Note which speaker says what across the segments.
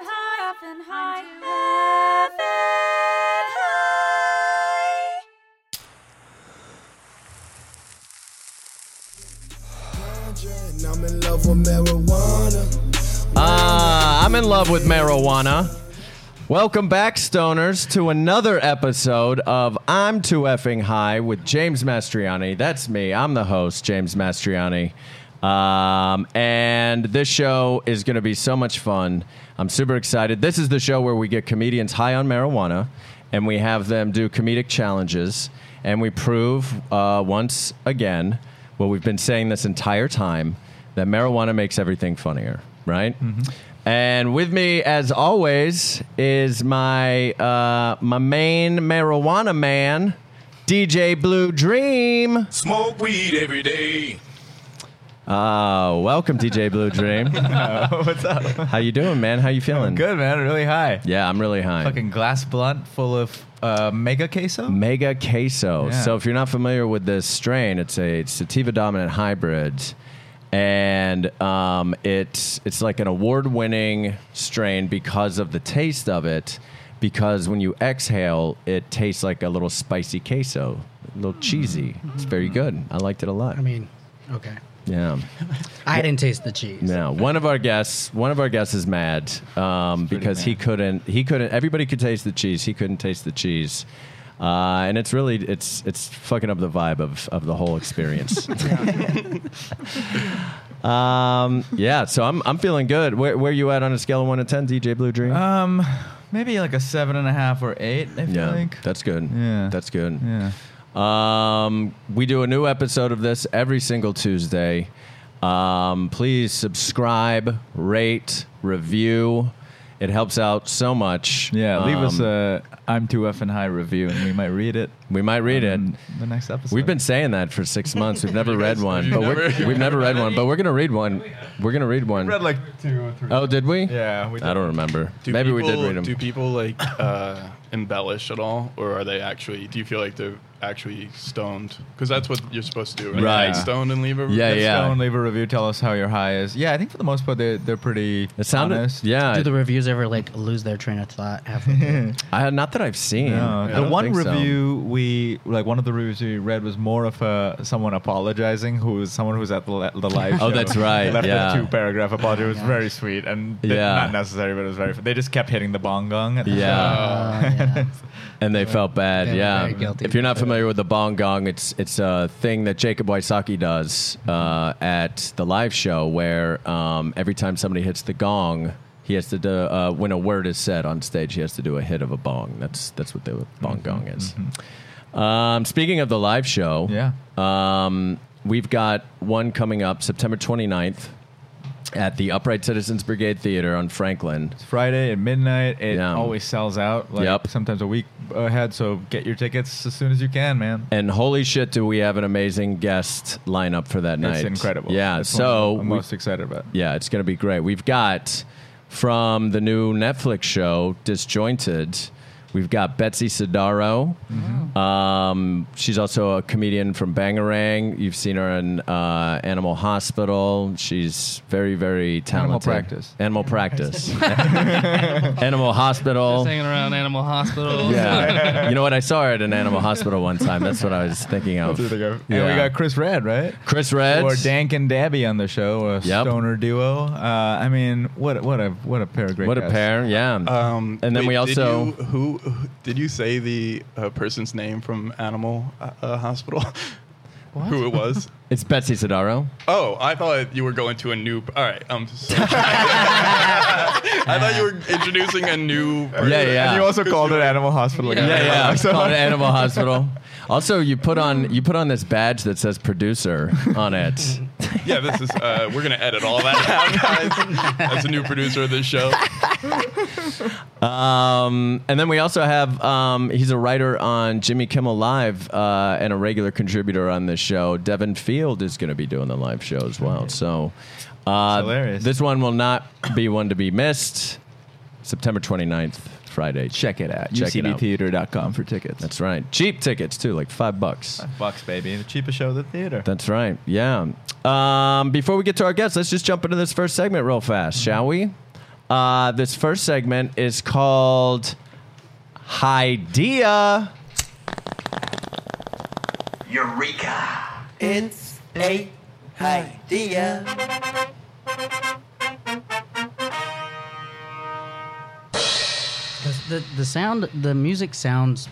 Speaker 1: Heaven high. Heaven high.
Speaker 2: And I'm in love with marijuana.
Speaker 3: Uh, I'm in love with marijuana. Welcome back, stoners, to another episode of I'm Too Effing High with James Mastriani. That's me. I'm the host, James Mastriani. Um, and this show is going to be so much fun. I'm super excited. This is the show where we get comedians high on marijuana and we have them do comedic challenges and we prove uh, once again what we've been saying this entire time that marijuana makes everything funnier, right?
Speaker 4: Mm-hmm.
Speaker 3: And with me, as always, is my uh, my main marijuana man, DJ Blue Dream.
Speaker 5: Smoke weed every day.
Speaker 3: Uh, welcome, DJ Blue Dream.
Speaker 4: What's up?
Speaker 3: How you doing, man? How you feeling?
Speaker 4: Good man, really high.
Speaker 3: Yeah, I'm really high.
Speaker 4: Fucking glass blunt full of uh, mega queso.
Speaker 3: Mega queso.
Speaker 4: Yeah.
Speaker 3: So if you're not familiar with this strain, it's a it's sativa dominant hybrid, and um, it's it's like an award winning strain because of the taste of it. Because when you exhale, it tastes like a little spicy queso, a little cheesy. It's very good. I liked it a lot.
Speaker 6: Mm-hmm. I mean, okay.
Speaker 3: yeah.
Speaker 6: I didn't taste the cheese.
Speaker 3: Now, one of our guests, one of our guests is mad um, because he couldn't. He couldn't. Everybody could taste the cheese. He couldn't taste the cheese, uh, and it's really it's it's fucking up the vibe of of the whole experience. um, yeah. So I'm I'm feeling good. Where where you at on a scale of one to ten, DJ Blue Dream?
Speaker 4: Um, maybe like a seven and a half or eight. I feel
Speaker 3: yeah,
Speaker 4: like.
Speaker 3: that's good.
Speaker 4: Yeah.
Speaker 3: that's good.
Speaker 4: yeah.
Speaker 3: Um, we do a new episode of this every single Tuesday. Um, please subscribe, rate, review. It helps out so much.
Speaker 4: Yeah. Leave us
Speaker 3: Um,
Speaker 4: a I'm too effing high review, and we might read it.
Speaker 3: we might read it.
Speaker 4: in the next episode.
Speaker 3: We've been saying that for six months. We've never read one, but we're,
Speaker 5: never-
Speaker 3: we've never read one. But we're gonna read one. We're gonna read one.
Speaker 4: read like two or three.
Speaker 3: Oh, did we?
Speaker 4: Yeah, we
Speaker 3: I
Speaker 4: did.
Speaker 3: don't remember.
Speaker 5: Do
Speaker 3: Maybe we
Speaker 5: people,
Speaker 3: did read them.
Speaker 5: Do people like uh, embellish at all, or are they actually? Do you feel like they're actually stoned? Because that's what you're supposed to do, right?
Speaker 3: Right.
Speaker 5: Get stoned and leave a
Speaker 3: Yeah,
Speaker 5: that's-
Speaker 3: yeah.
Speaker 4: Stone, leave a review. Tell us how your high is. Yeah, I think for the most part they're they're pretty
Speaker 3: it sounded.
Speaker 4: honest.
Speaker 3: Yeah.
Speaker 6: Do the reviews ever like lose their train of thought? Halfway
Speaker 3: I, not that I've seen.
Speaker 4: No,
Speaker 3: I
Speaker 4: the
Speaker 3: don't
Speaker 4: one
Speaker 3: think so.
Speaker 4: review we like one of the reviews we read was more of a someone apologizing who was someone who was at the, li- the live.
Speaker 3: Oh,
Speaker 4: show.
Speaker 3: that's right,
Speaker 4: Left
Speaker 3: yeah.
Speaker 4: a two paragraph apology. It was very sweet and th-
Speaker 3: Yeah.
Speaker 4: not necessary, but it was very. They just kept hitting the bong gong. At the
Speaker 3: Yeah.
Speaker 4: show.
Speaker 6: oh, yeah.
Speaker 3: And they felt bad.
Speaker 6: they were
Speaker 3: yeah.
Speaker 6: very guilty.
Speaker 3: If you're not familiar with the bong gong, it's it's a thing that Jacob Wysocki does uh, at the live show where um, every time somebody hits the gong, he has to do, uh, when a word is said on stage, he has to do a hit of a bong. That's that's what the bong gong
Speaker 6: Mm-hmm.
Speaker 3: is. Um, speaking of the live show,
Speaker 4: Yeah.
Speaker 3: um, we've got one coming up September 29th at the Upright Citizens Brigade Theater on Franklin.
Speaker 4: It's Friday at midnight. It
Speaker 3: Yeah.
Speaker 4: always sells out. Like,
Speaker 3: Yep.
Speaker 4: Sometimes a week ahead. So get your tickets as soon as you can, man.
Speaker 3: And holy shit, do we have an amazing guest lineup for that night?
Speaker 4: It's incredible.
Speaker 3: Yeah.
Speaker 4: That's one
Speaker 3: so,
Speaker 4: I'm
Speaker 3: we-
Speaker 4: most excited about.
Speaker 3: yeah, it's going to be great. We've got from the new Netflix show, Disjointed, we've got Betsy Sidaro.
Speaker 4: Mm-hmm.
Speaker 3: Um, she's also a comedian from Bangarang. You've seen her in uh, Animal Hospital. She's very, very talented.
Speaker 4: Practice.
Speaker 3: Animal Practice. Animal Hospital.
Speaker 7: hanging around Animal Hospital.
Speaker 3: Yeah. you know what? I saw her at an animal hospital one time. That's what I was thinking of.
Speaker 4: And we
Speaker 3: Yeah.
Speaker 4: got Chris Red, right?
Speaker 3: Chris Reds.
Speaker 4: or Dank and Dabby on the show, a
Speaker 3: Yep.
Speaker 4: stoner duo. Uh, I mean, what what a what a pair of great
Speaker 3: What a
Speaker 4: guys.
Speaker 3: pair. Yeah.
Speaker 5: Um,
Speaker 3: and then
Speaker 5: wait,
Speaker 3: we
Speaker 5: did
Speaker 3: also.
Speaker 5: you- who who- did you say the uh, person's name from Animal uh, uh, Hospital? Who it was?
Speaker 3: It's Betsy Sidaro.
Speaker 5: Oh, I thought you were going to a new. All right, I'm. So I thought you were introducing a new. Person.
Speaker 3: Yeah, yeah.
Speaker 4: And you also called it Animal Hospital. again.
Speaker 3: Yeah, yeah. It's
Speaker 4: So-
Speaker 3: called Animal Hospital. Also, you put on you put on this badge that says producer on it.
Speaker 5: Yeah, this is. Uh, we're gonna edit all that out, guys. As a new producer of this show,
Speaker 3: Um, and then we also have um, he's a writer on Jimmy Kimmel Live uh, and a regular contributor on this show. Devin Field is going to be doing the live show as well. So uh,
Speaker 4: That's hilarious.
Speaker 3: this one will not be one to be missed. September 29th, Friday. Check it out. Check it out.
Speaker 4: UCBtheater.com for tickets.
Speaker 3: That's right. Cheap tickets too, like five bucks.
Speaker 4: bucks, baby. The cheapest show at the theater.
Speaker 3: That's right. Yeah. Um, before we get to our guests, let's just jump into this first segment real fast, shall we? Uh, this first segment is called Hydea.
Speaker 8: Eureka!
Speaker 9: It's a idea.
Speaker 6: The, the, the sound, the music sounds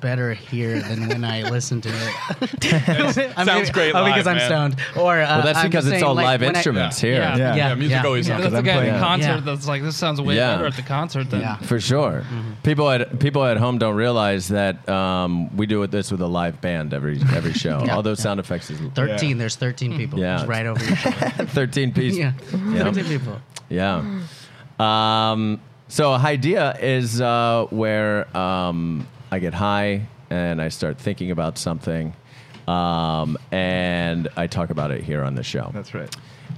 Speaker 6: better here than when I listen to it. I'm
Speaker 5: Sounds
Speaker 6: maybe-
Speaker 5: great
Speaker 6: Oh,
Speaker 5: live,
Speaker 6: because I'm
Speaker 5: man.
Speaker 6: stoned. Or uh,
Speaker 3: Well, that's
Speaker 6: I'm
Speaker 3: because
Speaker 6: just
Speaker 3: it's
Speaker 6: saying,
Speaker 3: all
Speaker 6: like,
Speaker 3: live
Speaker 6: when I-
Speaker 3: instruments here.
Speaker 7: Yeah.
Speaker 10: Yeah.
Speaker 5: Yeah, music
Speaker 6: yeah.
Speaker 5: always
Speaker 7: Yeah,
Speaker 5: sounds
Speaker 7: that's the
Speaker 10: I'm
Speaker 7: guy
Speaker 10: playing-
Speaker 7: in concert
Speaker 6: Yeah.
Speaker 7: that's like, this sounds way
Speaker 3: Yeah.
Speaker 7: better at the concert than.
Speaker 6: Yeah. Mm-hmm.
Speaker 3: For sure. People at people at home don't realize that um, we do it this with a live band every every show.
Speaker 6: Yeah.
Speaker 3: All those sound effects is
Speaker 6: 13. There's 13 people.
Speaker 3: Yeah.
Speaker 6: Just right over your shoulder.
Speaker 3: 13 piece.
Speaker 6: yeah.
Speaker 3: Yeah.
Speaker 6: 13 people.
Speaker 3: Yeah. Um, so Hydea is uh, where um, I get high and I start thinking about something, um, and I talk about it here on the show.
Speaker 10: That's right.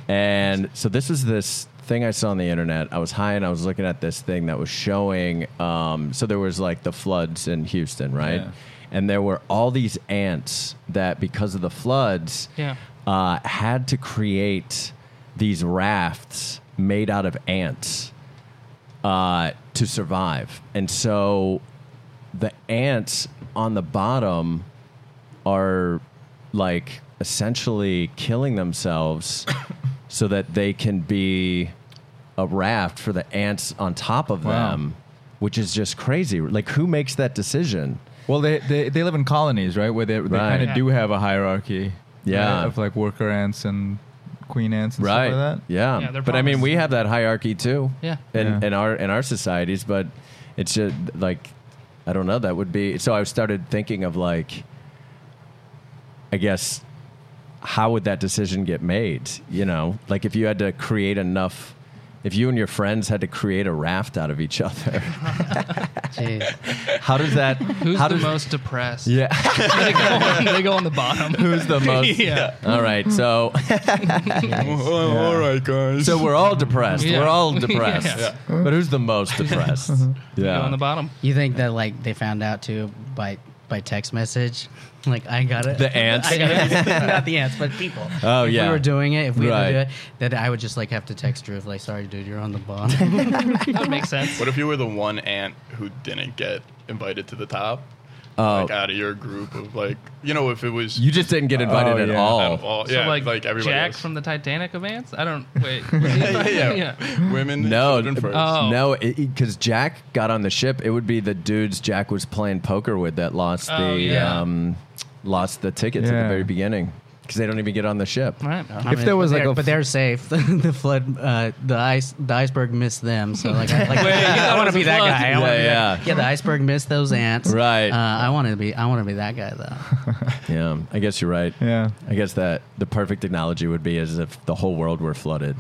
Speaker 3: And so this was this thing I saw on the internet. I was high and I was looking at this thing that was showing. Um, so there was like the floods in Houston, right?
Speaker 10: Yeah.
Speaker 3: And there were all these ants that, because of the floods,
Speaker 7: Yeah.
Speaker 3: uh, had to create these rafts made out of ants uh, to survive. And so the ants on the bottom are like essentially killing themselves so that they can be a raft for the ants on top of
Speaker 10: Wow.
Speaker 3: them, which is just crazy. Like, who makes that decision?
Speaker 10: Well, they, they, they live in colonies, right? Where they, they
Speaker 3: Right.
Speaker 10: kind of
Speaker 7: Yeah.
Speaker 10: do have a hierarchy.
Speaker 3: Yeah.
Speaker 10: right? Of like worker ants and queen ants and
Speaker 3: right
Speaker 10: stuff like that.
Speaker 3: yeah,
Speaker 7: Yeah, they're
Speaker 3: but i mean
Speaker 7: promised.
Speaker 3: we have that hierarchy too
Speaker 7: Yeah.
Speaker 3: in,
Speaker 10: Yeah.
Speaker 3: in our in our societies but it's just like i don't know that would be so i started thinking of like i guess how would that decision get made you know like if you had to create enough if you and your friends had to create a raft out of each other
Speaker 6: Jeez.
Speaker 3: how does that
Speaker 7: Who's
Speaker 3: how
Speaker 7: the
Speaker 3: does
Speaker 7: most depressed?
Speaker 3: yeah
Speaker 7: they, go on, they go on the bottom.
Speaker 3: who's the most
Speaker 7: yeah.
Speaker 3: all right so
Speaker 5: Oh, All right, guys.
Speaker 3: so we're all depressed
Speaker 7: Yeah.
Speaker 3: we're all depressed
Speaker 7: Yeah.
Speaker 3: but who's the most depressed yeah
Speaker 7: Go on the bottom.
Speaker 6: You think that like they found out too by by text message? Like I got it.
Speaker 3: The ants?
Speaker 6: I got it. Not the ants, but people.
Speaker 3: Oh,
Speaker 6: If
Speaker 3: yeah.
Speaker 6: we were doing it, if we had to do
Speaker 3: Right.
Speaker 6: it, that I would just like have to text Drew of like, sorry dude, you're on the bottom.
Speaker 7: That makes sense.
Speaker 5: What if you were the one ant who didn't get invited to the top?
Speaker 3: Oh.
Speaker 5: Like out of your group of like, you know, if it was
Speaker 3: You just didn't get invited
Speaker 10: Oh,
Speaker 3: at
Speaker 10: yeah.
Speaker 5: out of
Speaker 3: all.
Speaker 5: all, yeah,
Speaker 7: so
Speaker 5: like,
Speaker 7: like,
Speaker 5: everybody
Speaker 7: Jack
Speaker 5: else.
Speaker 7: from the Titanic advance? I don't wait. was he-
Speaker 5: yeah,
Speaker 7: yeah.
Speaker 5: women,
Speaker 3: No, Uh,
Speaker 5: children first.
Speaker 7: Oh.
Speaker 3: no, because Jack got on the ship. It would be the dudes Jack was playing poker with that lost
Speaker 7: Oh,
Speaker 3: the
Speaker 7: yeah.
Speaker 3: um, lost the tickets at the
Speaker 10: Yeah.
Speaker 3: very beginning because they don't even get on the ship.
Speaker 7: All right.
Speaker 6: I mean,
Speaker 10: there was,
Speaker 6: but
Speaker 10: like,
Speaker 6: they're-
Speaker 10: a
Speaker 6: but
Speaker 10: f-
Speaker 6: they're safe. the flood, uh, the ice, the iceberg missed them. So like, I, like,
Speaker 7: Wait, you
Speaker 6: I
Speaker 7: thought
Speaker 6: want
Speaker 7: it was
Speaker 6: to be
Speaker 7: a
Speaker 6: that
Speaker 7: flood.
Speaker 6: guy. I wanna
Speaker 3: Yeah,
Speaker 6: be that-
Speaker 3: yeah.
Speaker 6: yeah. The iceberg missed those ants.
Speaker 3: Right.
Speaker 6: Uh, I want to be. I want to be that guy though.
Speaker 3: Yeah, I guess you're right.
Speaker 10: Yeah.
Speaker 3: I guess that the perfect analogy would be as if the whole world were flooded.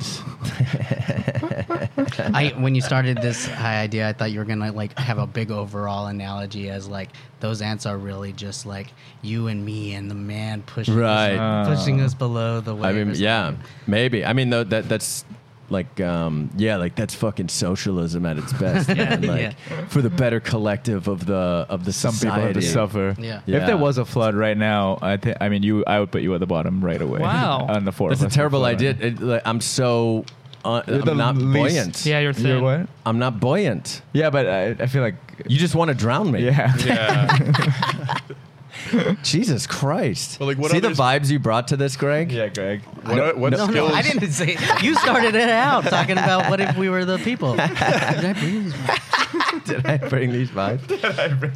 Speaker 6: I when you started this high idea, I thought you were gonna like have a big overall analogy as like those ants are really just like you and me and the man pushing
Speaker 3: Right.
Speaker 6: us,
Speaker 10: Ah.
Speaker 6: pushing us below the wave.
Speaker 3: I mean,
Speaker 6: or
Speaker 3: yeah,
Speaker 6: something.
Speaker 3: maybe. I mean, though, that that's like, um, yeah, like that's fucking socialism at its best. man. Like for the better collective of the of the
Speaker 10: Some people have
Speaker 3: society.
Speaker 10: to suffer.
Speaker 6: Yeah.
Speaker 3: Yeah.
Speaker 10: If there was a flood right now, I think I mean you. I would put you at the bottom right away.
Speaker 7: Wow.
Speaker 10: on the four.
Speaker 3: That's
Speaker 10: of
Speaker 3: a
Speaker 10: us were
Speaker 3: terrible
Speaker 10: flooding.
Speaker 3: idea. It- like, I'm so uh,
Speaker 10: You're the
Speaker 3: I'm not
Speaker 10: least-
Speaker 3: buoyant.
Speaker 7: Yeah, you're thin.
Speaker 10: You're what?
Speaker 3: I'm not buoyant.
Speaker 10: Yeah, but I, I feel like
Speaker 3: You just want to drown me.
Speaker 10: yeah.
Speaker 5: yeah,
Speaker 3: Jesus Christ.
Speaker 5: But, like, what
Speaker 3: See the
Speaker 5: others-
Speaker 3: vibes you brought to this, Greg?
Speaker 10: Yeah, Greg.
Speaker 5: what, are- what
Speaker 6: No, no,
Speaker 5: skills?
Speaker 6: I didn't say. You started it out talking about what if we were the people. Did I bring these?
Speaker 3: Did I bring these vibes?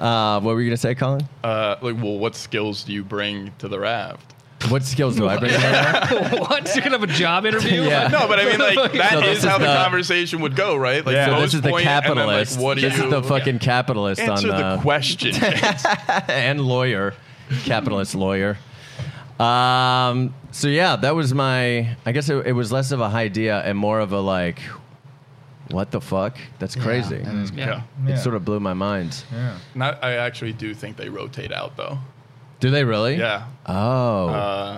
Speaker 3: Uh, what were you gonna say, Colin?
Speaker 5: uh, like, well, what skills do you bring to the raft?
Speaker 3: What skills do I bring? yeah.
Speaker 7: what? You're gonna have a job interview?
Speaker 3: Yeah.
Speaker 5: No, but I mean, like, that
Speaker 3: So
Speaker 5: is
Speaker 3: this is
Speaker 5: how the,
Speaker 3: the-
Speaker 5: conversation would go, right? Like,
Speaker 3: So
Speaker 5: most
Speaker 3: this is the
Speaker 5: point, and then, like,
Speaker 3: capitalist.
Speaker 5: what do
Speaker 3: this
Speaker 5: you,
Speaker 3: is the fucking capitalist
Speaker 5: answer
Speaker 3: on uh,
Speaker 5: the question? James.
Speaker 3: and lawyer, capitalist lawyer. Um, so yeah, that was my. I guess it, it was less of a idea and more of a like, what the fuck? That's crazy. Mm.
Speaker 6: that is-
Speaker 7: Yeah.
Speaker 3: It sort of blew my mind.
Speaker 5: Not, I actually do think they rotate out though.
Speaker 3: Do they really?
Speaker 5: Yeah, Uh,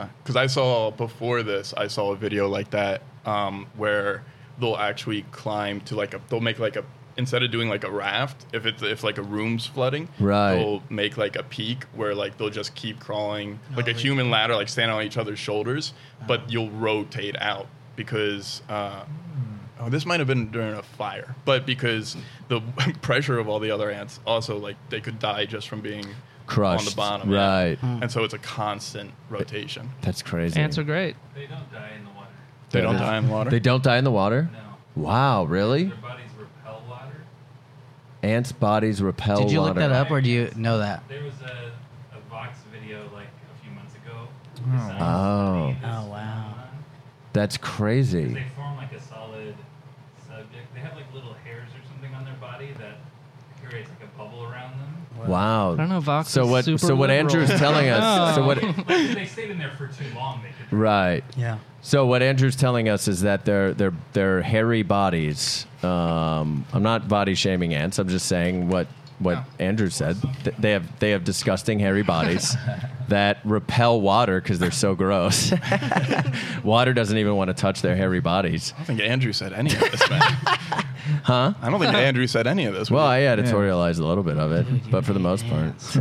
Speaker 3: Oh.
Speaker 5: because I saw before this, I saw a video like that um, where they'll actually climb to like a, they'll make like a instead of doing like a raft, if it's if like a room's flooding,
Speaker 3: Right.
Speaker 5: they'll make like a peak where like they'll just keep crawling like a human ladder, like stand on each other's shoulders, but you'll rotate out because. Uh, oh, this might have been during a fire, but because the pressure of all the other ants, also like they could die just from being on the
Speaker 3: Crushed,
Speaker 5: bottom, yeah.
Speaker 3: right.
Speaker 7: Hmm.
Speaker 5: And so it's a constant rotation.
Speaker 3: That's crazy.
Speaker 7: Ants are great.
Speaker 11: They don't die in the water.
Speaker 5: They don't
Speaker 3: Yeah.
Speaker 5: die in water.
Speaker 3: They don't die in the water?
Speaker 11: No.
Speaker 3: Wow, really?
Speaker 11: Their bodies repel water.
Speaker 3: Ants' bodies repel
Speaker 6: Did you
Speaker 3: water.
Speaker 6: look that up or do you know that?
Speaker 11: There was a, a Vox video like a few months ago.
Speaker 3: Oh.
Speaker 6: Oh, wow.
Speaker 3: That's crazy.
Speaker 11: They form like a solid subject. They have like little hairs or something on their body that creates like a bubble around them.
Speaker 3: Wow.
Speaker 7: I don't know. Vox.
Speaker 3: So
Speaker 7: is
Speaker 3: what?
Speaker 7: Super
Speaker 3: So what
Speaker 7: liberal.
Speaker 3: Andrew's telling us? So what?
Speaker 11: Like if they stayed in there for too long, they could.
Speaker 3: Right.
Speaker 6: Yeah.
Speaker 3: So what Andrew's telling us is that their their their hairy bodies. Um, I'm not body shaming ants. I'm just saying what what
Speaker 7: Oh.
Speaker 3: Andrew said. Th- They have they have disgusting hairy bodies that repel water because they're so gross. water doesn't even want to touch their hairy bodies.
Speaker 5: I don't think Andrew said any of this, man. huh? I don't think Andrew said any of this.
Speaker 3: Well, I editorialized a little bit of it, but for the most part,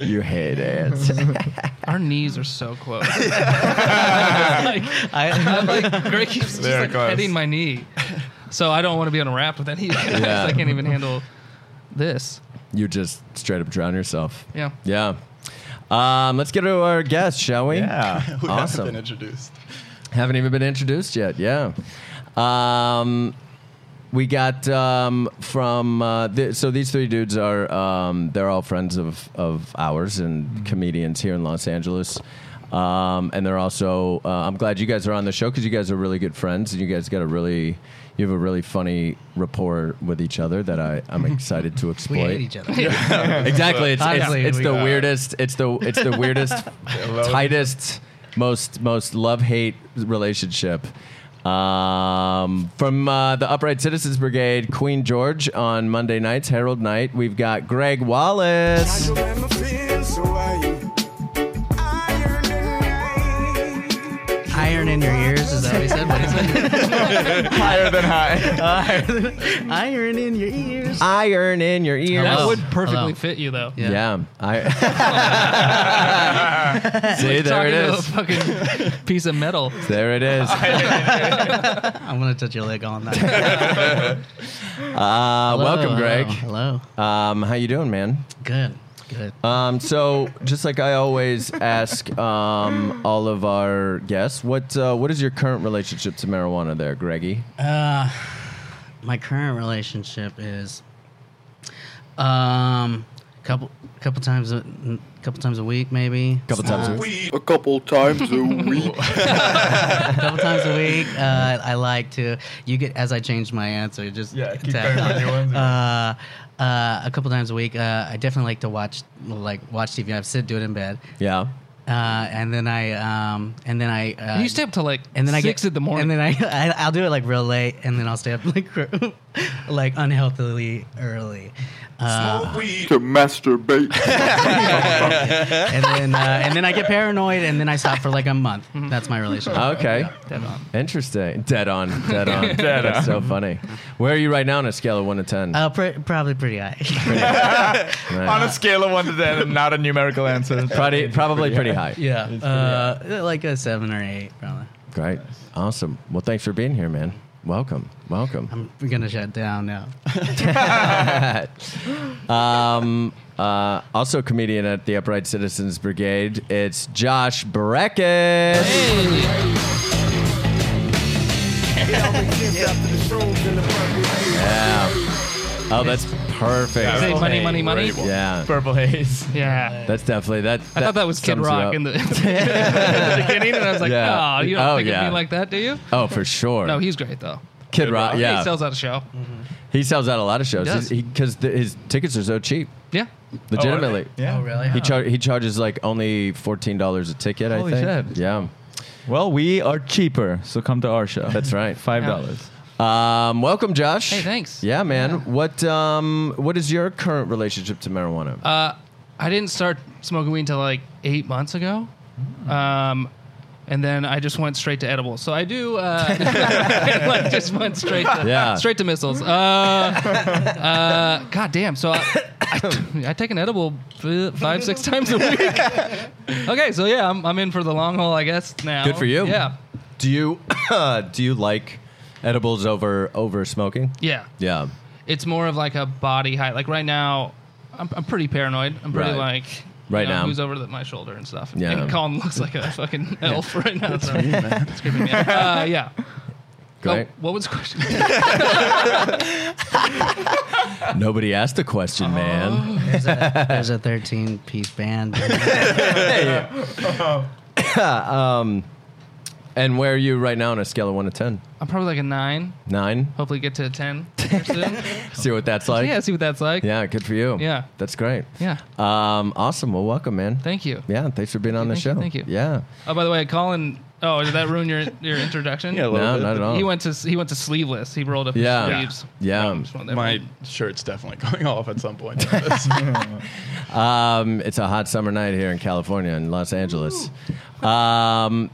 Speaker 3: you hate ants.
Speaker 7: Our knees are so close. Like, I'm like Greg keeps just
Speaker 5: They're
Speaker 7: like
Speaker 5: close.
Speaker 7: petting my knee, so I don't want to be on a raft with any.
Speaker 3: Yeah.
Speaker 7: Yeah. I can't even handle this.
Speaker 3: You just straight up drown yourself.
Speaker 7: Yeah.
Speaker 3: Yeah. Um, let's get to our guest, shall we?
Speaker 10: Yeah.
Speaker 5: We
Speaker 3: Awesome.
Speaker 5: haven't been introduced.
Speaker 3: Haven't even been introduced yet. Yeah. Um, we got um, from uh, th- so these three dudes are um, they're all friends of of ours
Speaker 6: Mm-hmm.
Speaker 3: and comedians here in Los Angeles. Um, and they're also uh, I'm glad you guys are on the show because you guys are really good friends and you guys got a really you have a really funny rapport with each other that I, I'm excited to
Speaker 6: We
Speaker 3: exploit.
Speaker 6: hate each other.
Speaker 3: exactly. It's, it's,
Speaker 6: Honestly,
Speaker 3: it's
Speaker 6: we
Speaker 3: the
Speaker 6: are.
Speaker 3: weirdest. It's the it's the weirdest, tightest, most most love hate relationship. Um, from uh, the Upright Citizens Brigade, Queen George on Monday nights, Herald Night. We've got Greg Wallace.
Speaker 6: Iron in your ears, is that what he said? What he said?
Speaker 10: Higher than high.
Speaker 6: Iron in your ears.
Speaker 3: Iron in your ears.
Speaker 7: That
Speaker 6: Hello.
Speaker 7: would perfectly
Speaker 6: Hello.
Speaker 7: fit you though.
Speaker 6: Yeah.
Speaker 3: Yeah. I- See, there it
Speaker 7: Talking
Speaker 3: is.
Speaker 7: to a fucking piece of metal.
Speaker 3: There it is.
Speaker 6: I'm gonna touch your leg on that.
Speaker 3: Uh, welcome, Greg.
Speaker 6: Hello.
Speaker 3: Um, how you doing, man?
Speaker 6: Good. Good.
Speaker 3: Um, so, just like I always ask um, all of our guests, what uh, what is your current relationship to marijuana? There, Greggy.
Speaker 6: Uh, my current relationship is um couple couple times a couple times a week maybe
Speaker 3: A couple times. a week.
Speaker 9: A couple times a week.
Speaker 6: a couple times a week uh, I like to you get as I change my answer just
Speaker 10: Yeah, keep
Speaker 6: tap-
Speaker 10: going with your ones.
Speaker 6: uh, uh, a couple times a week uh, I definitely like to watch like watch TV I sit do it in bed
Speaker 3: Yeah.
Speaker 6: uh, and then I um and then I uh,
Speaker 7: you stay up till like
Speaker 6: and then
Speaker 7: six
Speaker 6: I get
Speaker 7: in the morning.
Speaker 6: and then I, I I'll do it like real late, and then I'll stay up like like unhealthily early, uh,
Speaker 9: to masturbate.
Speaker 6: and then uh, and then I get paranoid, and then I stop for like a month. That's my relationship.
Speaker 3: Okay.
Speaker 7: Dead on.
Speaker 3: Interesting. Dead on. Dead on. That's so funny. Where are you right now on a scale of one to ten?
Speaker 6: Uh, pr- probably pretty high.
Speaker 10: On a scale of one to ten, and not a numerical answer.
Speaker 3: Probably, probably pretty high.
Speaker 6: yeah, uh, like a seven or eight, probably.
Speaker 3: Great. Awesome. Well, thanks for being here, man. Welcome. Welcome.
Speaker 6: I'm gonna shut down now.
Speaker 3: Um, uh, also, comedian at the Upright Citizens Brigade. It's Josh Breckett. Oh, that's perfect.
Speaker 7: Say money, money, money.
Speaker 5: Right, well,
Speaker 3: Yeah.
Speaker 10: Purple haze.
Speaker 7: Yeah.
Speaker 3: That's definitely that.
Speaker 7: I thought that was Kid
Speaker 3: sums you up.
Speaker 7: Rock in the, in the beginning, and I was like,
Speaker 3: Yeah.
Speaker 7: oh, you don't
Speaker 3: Oh,
Speaker 7: think
Speaker 3: yeah.
Speaker 7: of me like that, do you?
Speaker 3: Oh, for sure.
Speaker 7: No, he's great though.
Speaker 3: Kid Rock. Yeah,
Speaker 7: He sells out a show.
Speaker 3: out a lot of shows
Speaker 7: He does. Oh,
Speaker 3: because his tickets are so cheap.
Speaker 7: Yeah.
Speaker 3: Legitimately,
Speaker 10: Yeah.
Speaker 6: Oh, really?
Speaker 3: he char- he charges like only fourteen dollars a ticket.
Speaker 10: Holy
Speaker 3: I think.
Speaker 10: shit.
Speaker 3: Yeah,
Speaker 10: Well, we are cheaper, so come to our show.
Speaker 3: that's right.
Speaker 10: five dollars.
Speaker 3: Um, welcome, Josh.
Speaker 7: Hey, thanks.
Speaker 3: Yeah, man. What um what is your current relationship to marijuana?
Speaker 7: Uh, I didn't start smoking weed until like eight months ago. Um, and then I just went straight to edibles. So I do, uh, like just went straight to,
Speaker 3: Yeah.
Speaker 7: straight to missiles. Uh, uh, God damn. So I, I, I take an edible f- five, six times a week. okay. So yeah, I'm, I'm in for the long haul, I guess now.
Speaker 3: Good for you.
Speaker 7: Yeah.
Speaker 3: Do you do you like edibles over over smoking?
Speaker 7: Yeah.
Speaker 3: Yeah.
Speaker 7: It's more of like a body height. Like right now, I'm, I'm pretty paranoid. I'm pretty
Speaker 3: Right.
Speaker 7: like. you
Speaker 3: Right
Speaker 7: know,
Speaker 3: now.
Speaker 7: who's over the, my shoulder and stuff?
Speaker 3: Yeah.
Speaker 7: and Colin looks like a fucking elf right now. So it's creeping me out. Uh, yeah.
Speaker 3: Great.
Speaker 7: Oh, what was the question?
Speaker 3: Nobody asked the question, man.
Speaker 6: There's a, there's a 13 piece band.
Speaker 3: And where are you right now on a scale of one to ten?
Speaker 7: I'm probably like a nine.
Speaker 3: Nine.
Speaker 7: Hopefully, get to a ten. here soon.
Speaker 3: See what that's like.
Speaker 7: yeah, see what that's like.
Speaker 3: Yeah, good for you.
Speaker 7: Yeah.
Speaker 3: That's great.
Speaker 7: Yeah.
Speaker 3: Um, awesome. Well, welcome, man.
Speaker 7: Thank you.
Speaker 3: Yeah, thanks for being on the
Speaker 7: thank you,
Speaker 3: show.
Speaker 7: thank you.
Speaker 3: Yeah.
Speaker 7: Oh, by the way, Colin. Oh, did that ruin your your introduction?
Speaker 5: Yeah, a little
Speaker 3: No,
Speaker 5: bit.
Speaker 3: not at all.
Speaker 7: He went to he went to sleeveless. He rolled up
Speaker 3: Yeah.
Speaker 7: his sleeves.
Speaker 3: Yeah.
Speaker 7: Um, just wanted
Speaker 5: My
Speaker 7: everyone-
Speaker 5: shirt's definitely going off at some point.
Speaker 3: Um, it's a hot summer night here in California in Los Angeles. Um,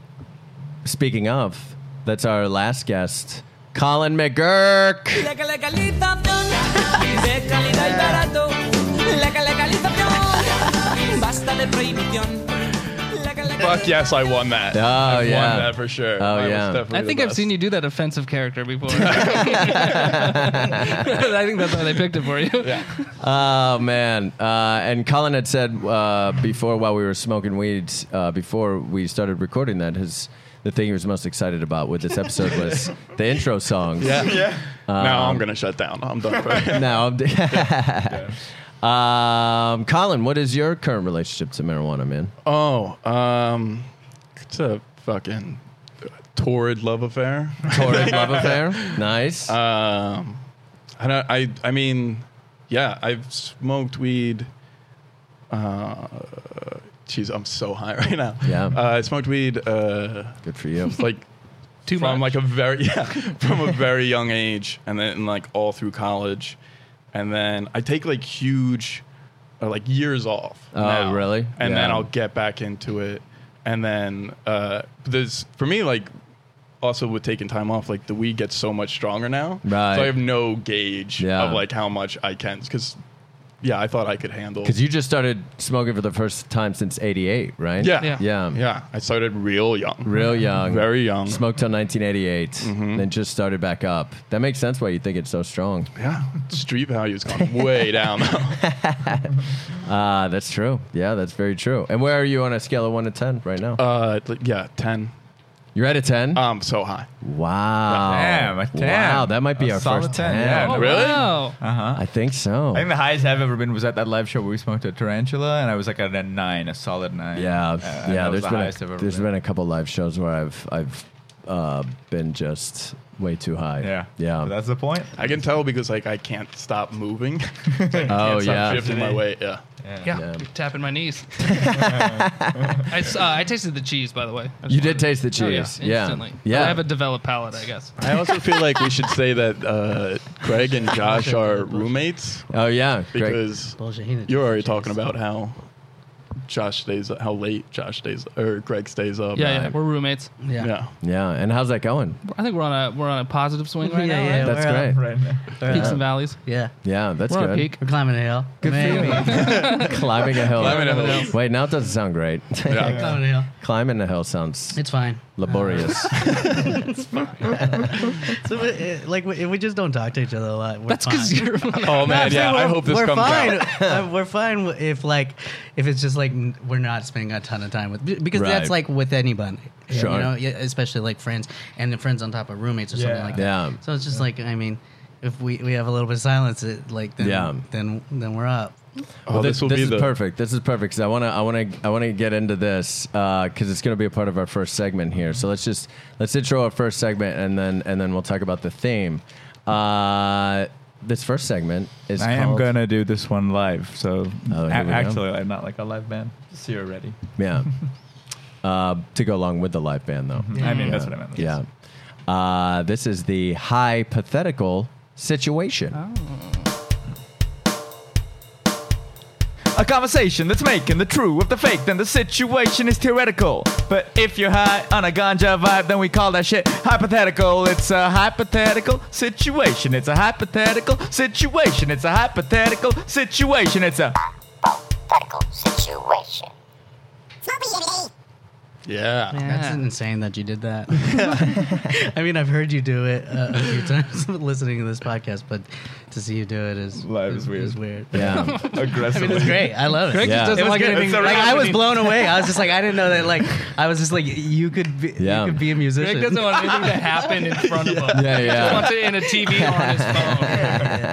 Speaker 3: speaking of, that's our last guest, Colin McGurk.
Speaker 1: La que legalización de calidad y barato. La que legalización. Basta de prohibición. La que legalización.
Speaker 5: Fuck yes, I won that.
Speaker 3: Oh,
Speaker 5: I won
Speaker 3: yeah.
Speaker 5: that for sure.
Speaker 3: Oh,
Speaker 5: I was
Speaker 3: yeah.
Speaker 5: definitely
Speaker 7: I
Speaker 5: the
Speaker 7: think I've
Speaker 5: best.
Speaker 7: seen you do that offensive character before. I think that's why they picked it for you.
Speaker 5: Yeah.
Speaker 3: Oh man! Uh, and Colin had said uh, before, while we were smoking weeds, uh, before we started recording that, his the thing he was most excited about with this episode was the intro songs. Yeah.
Speaker 5: yeah. now I'm gonna shut down. I'm done. For it.
Speaker 3: Now, I'm d- um, Colin, what is your current relationship to marijuana, man?
Speaker 5: Oh, um, it's a fucking torrid love affair.
Speaker 3: Torrid love affair. Nice.
Speaker 5: Um, I don't. I. I mean, yeah. I've smoked weed. Uh, geez, I'm so high right now.
Speaker 3: Yeah.
Speaker 5: Uh, I smoked weed. Uh,
Speaker 3: Good for you.
Speaker 5: like.
Speaker 7: Too
Speaker 5: from
Speaker 7: much.
Speaker 5: like a very yeah from a very young age and then like all through college and then i take like huge uh, like years off
Speaker 3: Oh,
Speaker 5: now.
Speaker 3: really?
Speaker 5: and then
Speaker 3: Yeah.
Speaker 5: i'll get back into it and then uh there's for me like also with taking time off like the weed gets so much stronger now
Speaker 3: Right.
Speaker 5: so i have no gauge
Speaker 3: Yeah.
Speaker 5: of like how much i can because yeah i thought i could handle
Speaker 3: Because you just started smoking for the first time since '88, right?
Speaker 5: yeah
Speaker 7: Yeah.
Speaker 3: Yeah.
Speaker 5: yeah i started real young
Speaker 3: Real young.
Speaker 5: very young
Speaker 3: Smoked till 1988,
Speaker 10: Mm-hmm.
Speaker 3: then just started back up. That makes sense why you think it's so strong.
Speaker 5: yeah street value's gone way down now
Speaker 3: Ah, that's true. Yeah, that's very true. And where are you on a scale of one to ten right now?
Speaker 5: Uh, like, yeah, ten.
Speaker 3: You're at a ten.
Speaker 5: Um, so high.
Speaker 3: wow.
Speaker 10: Uh, Damn, a 10.
Speaker 3: Wow, that might be
Speaker 10: A
Speaker 3: our
Speaker 10: solid
Speaker 3: first
Speaker 10: 10,
Speaker 3: ten.
Speaker 10: yeah.
Speaker 7: Oh,
Speaker 5: Really?
Speaker 7: wow.
Speaker 3: I think so.
Speaker 10: I think the highest I've ever been was at that live show where we smoked a tarantula, and I was like at a nine, a solid nine.
Speaker 3: yeah,
Speaker 10: Uh, and
Speaker 3: yeah.
Speaker 10: that was
Speaker 3: There's
Speaker 10: the
Speaker 3: been
Speaker 10: highest I've
Speaker 3: a,
Speaker 10: ever
Speaker 3: there's
Speaker 10: been.
Speaker 3: been a couple live shows where I've I've uh, been just way too high.
Speaker 10: yeah,
Speaker 3: yeah.
Speaker 10: But that's the point.
Speaker 5: I can tell because like I can't stop moving. I can't
Speaker 3: Oh,
Speaker 5: stop
Speaker 3: yeah.
Speaker 5: shifting my weight. Yeah.
Speaker 7: Yeah,
Speaker 3: Yeah.
Speaker 7: you're tapping my knees. I, s- uh, I tasted the cheese, by the way. I just
Speaker 3: You did
Speaker 7: wanted-
Speaker 3: taste the
Speaker 7: Oh, yeah,
Speaker 3: cheese. yeah.
Speaker 7: instantly.
Speaker 3: Yeah.
Speaker 7: I have a developed palate, I guess.
Speaker 5: I also feel like we should say that uh, Craig and Josh are roommates
Speaker 3: oh yeah. Great.
Speaker 5: because
Speaker 6: Bullshit, he didn't
Speaker 5: you're
Speaker 6: taste
Speaker 5: already
Speaker 6: the
Speaker 5: talking
Speaker 6: cheese.
Speaker 5: about how Josh stays, how late Josh stays or Craig stays up.
Speaker 7: Yeah, yeah, we're roommates.
Speaker 6: Yeah.
Speaker 5: yeah.
Speaker 3: Yeah. And how's that going?
Speaker 7: I think we're on a we're on a positive swing right
Speaker 6: Yeah,
Speaker 7: now.
Speaker 6: yeah,
Speaker 7: right?
Speaker 3: That's
Speaker 10: We're
Speaker 3: great.
Speaker 10: up Right now.
Speaker 7: Peaks and valleys.
Speaker 6: Yeah.
Speaker 3: Yeah, that's
Speaker 7: we're on
Speaker 3: good.
Speaker 7: a peak.
Speaker 6: We're climbing a hill.
Speaker 3: Good for
Speaker 6: Maybe.
Speaker 3: you. Climbing a hill.
Speaker 5: Climbing a hill.
Speaker 3: Wait, now it doesn't sound great.
Speaker 5: Yeah.
Speaker 6: Climbing a hill.
Speaker 3: Climbing a hill sounds
Speaker 6: It's fine.
Speaker 3: laborious.
Speaker 6: So, uh, like, we, we just don't talk to each other a lot. We're
Speaker 7: That's
Speaker 6: fine.
Speaker 7: because you're.
Speaker 5: Oh man, yeah. I
Speaker 6: We're-
Speaker 5: hope this
Speaker 6: we're
Speaker 5: comes
Speaker 6: fine.
Speaker 5: out.
Speaker 6: Uh, we're fine if like if it's just like n- we're not spending a ton of time with because
Speaker 3: Right.
Speaker 6: that's like with anybody.
Speaker 3: Sure.
Speaker 6: You know, yeah, especially like friends and the friends on top of roommates or something
Speaker 10: Yeah.
Speaker 6: like
Speaker 3: Yeah.
Speaker 6: that. So it's just like I mean, if we, we have a little bit of silence, it, like then,
Speaker 3: Yeah.
Speaker 6: then then we're up.
Speaker 5: Oh,
Speaker 3: Well,
Speaker 5: this, will be
Speaker 3: is
Speaker 5: the
Speaker 3: perfect. This is perfect because I want to, I want to, I want to get into this because it's going to be a part of our first segment here. So let's just let's intro our first segment and then and then we'll talk about the theme. Uh, this first segment is
Speaker 10: I am
Speaker 3: called,
Speaker 10: gonna do this one live, so
Speaker 3: Oh, here
Speaker 10: a-
Speaker 3: we go.
Speaker 10: actually, I'm not like a live band. So you're ready.
Speaker 3: yeah uh, to go along with the live band though.
Speaker 10: Mm-hmm. I mean, that's what I meant.
Speaker 3: Yeah, uh, this is the hypothetical situation.
Speaker 10: Oh. A conversation that's making the true of the fake, then the situation is theoretical. But if you're high on a ganja vibe, then we call that shit hypothetical. It's a hypothetical situation. It's a hypothetical situation. It's a hypothetical situation. It's a.
Speaker 4: hypothetical situation. Smoke weed every day.
Speaker 5: Yeah.
Speaker 7: Yeah.
Speaker 6: That's insane that you did that. I mean, I've heard you do it uh, a few times listening to this podcast, but to see you do it is,
Speaker 10: Live is
Speaker 6: is, is weird.
Speaker 3: Yeah.
Speaker 6: I mean, it's great. I love it.
Speaker 7: Greg
Speaker 3: Yeah.
Speaker 6: It
Speaker 7: just doesn't
Speaker 6: was
Speaker 7: like
Speaker 6: good.
Speaker 7: anything.
Speaker 6: Like, I was
Speaker 7: happening.
Speaker 6: blown away. I was just like, I didn't know that. Like, I was just like, you could be,
Speaker 3: Yeah.
Speaker 6: you could be a musician.
Speaker 7: Greg doesn't want anything to happen in front of him.
Speaker 3: Yeah,
Speaker 7: He
Speaker 3: yeah.
Speaker 7: wants it in a TV